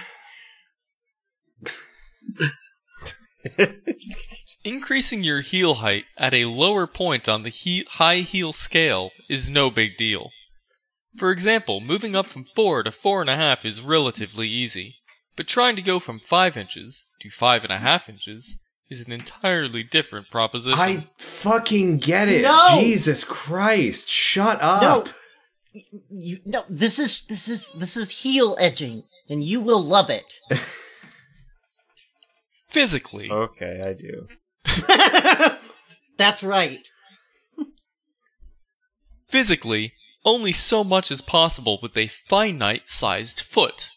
Increasing your heel height at a lower point on the he- high heel scale is no big deal. For example, moving up from 4 to 4.5 is relatively easy, but trying to go from 5 inches to 5.5 inches is an entirely different proposition. I fucking get it. No! Jesus Christ, shut No, up. you no this is this is this is heel edging and you will love it Physically. Oh. Okay, I do. that's right Physically, only so much is possible with a finite sized foot,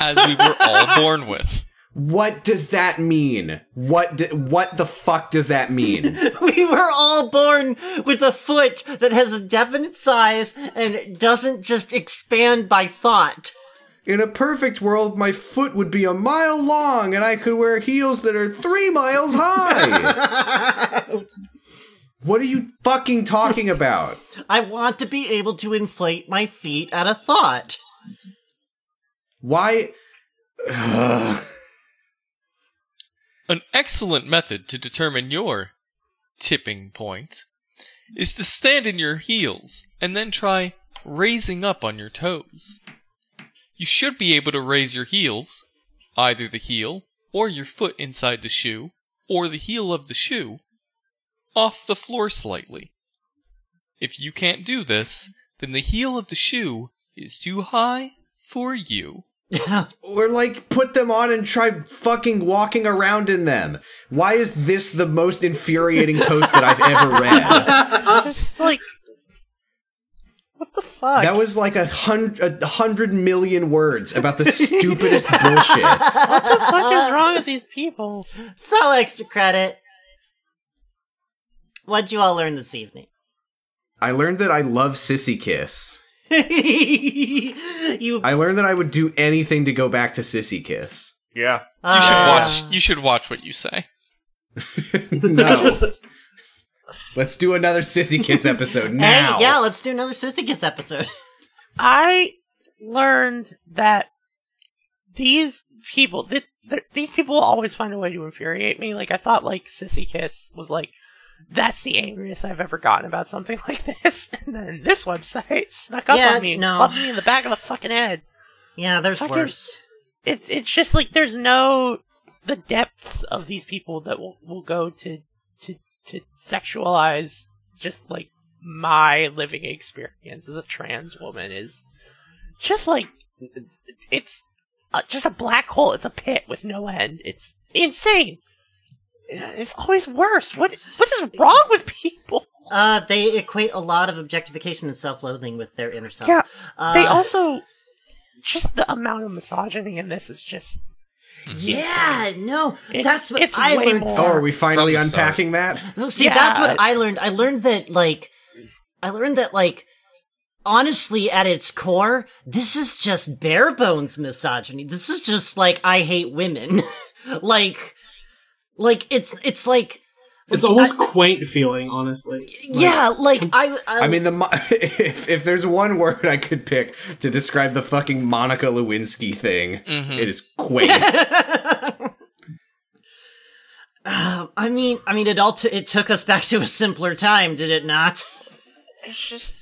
as we were all born with. What does that mean? What d what the fuck does that mean? we were all born with a foot that has a definite size and doesn't just expand by thought In a perfect world, my foot would be a mile long and I could wear heels that are three miles high. what are you fucking talking about? i want to be able to inflate my feet at a thought Why? Ugh. An excellent method to determine your tipping point is to stand in your heels and then try raising up on your toes. You should be able to raise your heels, either the heel or your foot inside the shoe or the heel of the shoe, off the floor slightly. If you can't do this, then the heel of the shoe is too high for you. Or like put them on and try fucking walking around in them. Why is this the most infuriating post that I've ever read? Just like, what the fuck? That was like a hundred, a hundred million words about the stupidest bullshit. what the fuck is wrong with these people? so extra credit what'd you all learn this evening I learned that I love sissy kiss. you I learned that I would do anything to go back to sissy kiss. Yeah. You should Ah. watch you should watch what you say. no. Let's do another sissy kiss episode now. Hey, yeah, let's do another Sisychus episode. I learned that these people, th- th- these people will always find a way to infuriate me. Like I thought, like sissy kiss was like that's the angriest I've ever gotten about something like this, and then this website snuck up Yeah, on me and no. clubbed me in the back of the fucking head. Yeah, there's Fucking- worse. It's it's just like there's no the depths of these people that will will go to to to sexualize just like my living experience as a trans woman is just like it's uh, just a black hole. It's a pit with no end. It's insane. It's always worse. What what is wrong with people? Uh, they equate a lot of objectification and self-loathing with their inner self. Yeah, uh, They also just the amount of misogyny in this is just Yeah, no, It's- that's what it's I way learned. more. Oh, are we finally From the start. unpacking that? No, see, that's Yeah. what I learned. I learned that, like, I learned that, like, honestly, at its core, this is just bare bones misogyny. This is just like I hate women. like, like it's it's like It's almost quaint feeling, honestly. Like, yeah, like I I, I mean, the mo- if if there's one word I could pick to describe the fucking Monica Lewinsky thing, Mhm. it is quaint. Um, I mean, I mean, it all t- it took us back to a simpler time, did it not? it's just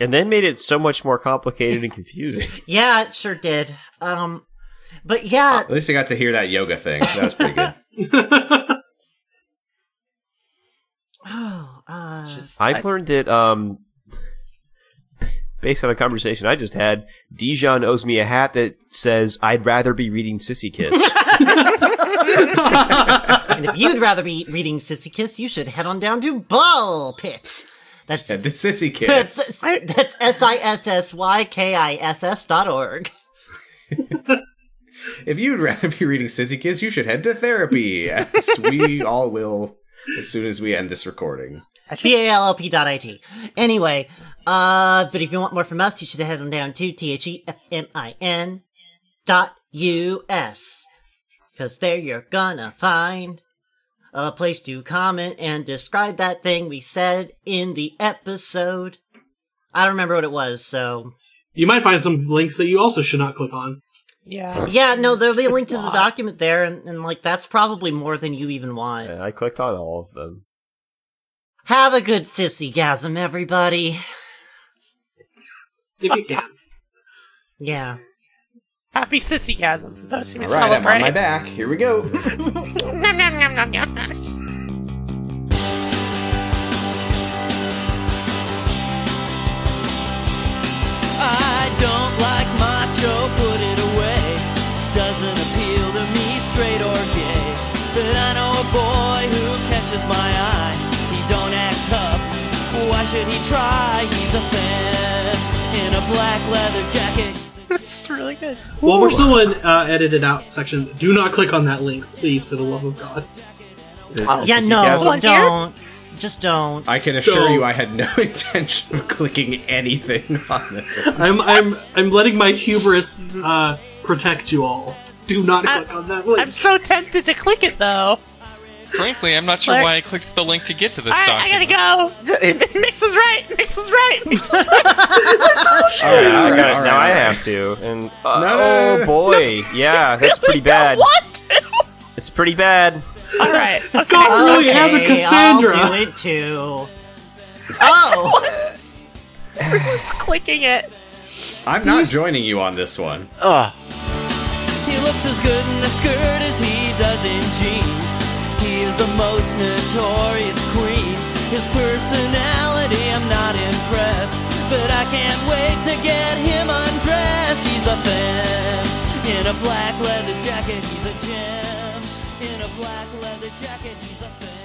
And then made it so much more complicated and confusing. yeah, it sure did. Um, but yeah, At least I got to hear that yoga thing. So that was pretty good. oh, uh, just I- I've learned that um based on a conversation I just had, Dijon owes me a hat that says I'd rather be reading Sissy Kiss. and if you'd rather be reading Sissy Kiss, you should head on down to Ball Pit. That's Yeah, the sissy kiss. that's that's s i s s y k i s s dot org. if you'd rather be reading sissy kiss, you should head to therapy, as we all will as soon as we end this recording. B-A-L-L-P.it. Anyway, uh, but if you want more from us, you should head on down to E T-H-E-F-M-I-N dot U-S. Cause there you're gonna find a place to comment and describe that thing we said in the episode. I don't remember what it was, so. you might find some links that you also should not click on. yeah. Yeah, no, there'll be a link to the document there, and, and like, that's probably more than you even want. I clicked on all of them. Have a good sissy gasm, everybody. If you can. Yeah. Happy sissygasm for those who All right, I'm on celebrate. my back. Here we go. Nom, nom, nom, nom, nom, nom. like macho, put it away. Doesn't appeal to me, straight or gay. But I know a boy who catches my eye. He don't act tough. Why should he try? He's a fan in a black leather jacket. It's really good. Well, we're still in uh, edited out section. Do not click on that link, please, for the love of God. Wow, yeah, sissy no, gasm. Someone here? don't. Just don't. I can assure So- you I had no intention of clicking anything on this. I'm I'm I'm letting my hubris uh, protect you all. Do not I- click on that link. I'm so tempted to click it though. Frankly, I'm not sure Like- why I clicked the link to get to this I, I document. gotta go. Mix was right. Mix was right. Mix was All right, I got it. All right, now all I right. have to. And uh, No, no, oh no, no. boy, yeah, that's pretty bad. What? It's pretty bad. All right. Okay. God really okay, have a Cassandra. I'll do it too. Oh, Everyone's clicking it. I'm not joining you on this one. Ugh. He looks as good in a skirt as he does in jeans. He is the most notorious queen. His personality, I'm not impressed. But I can't wait to get him undressed. He's a fan in a black leather jacket. He's a gem in a black leather jacket. He's a fan.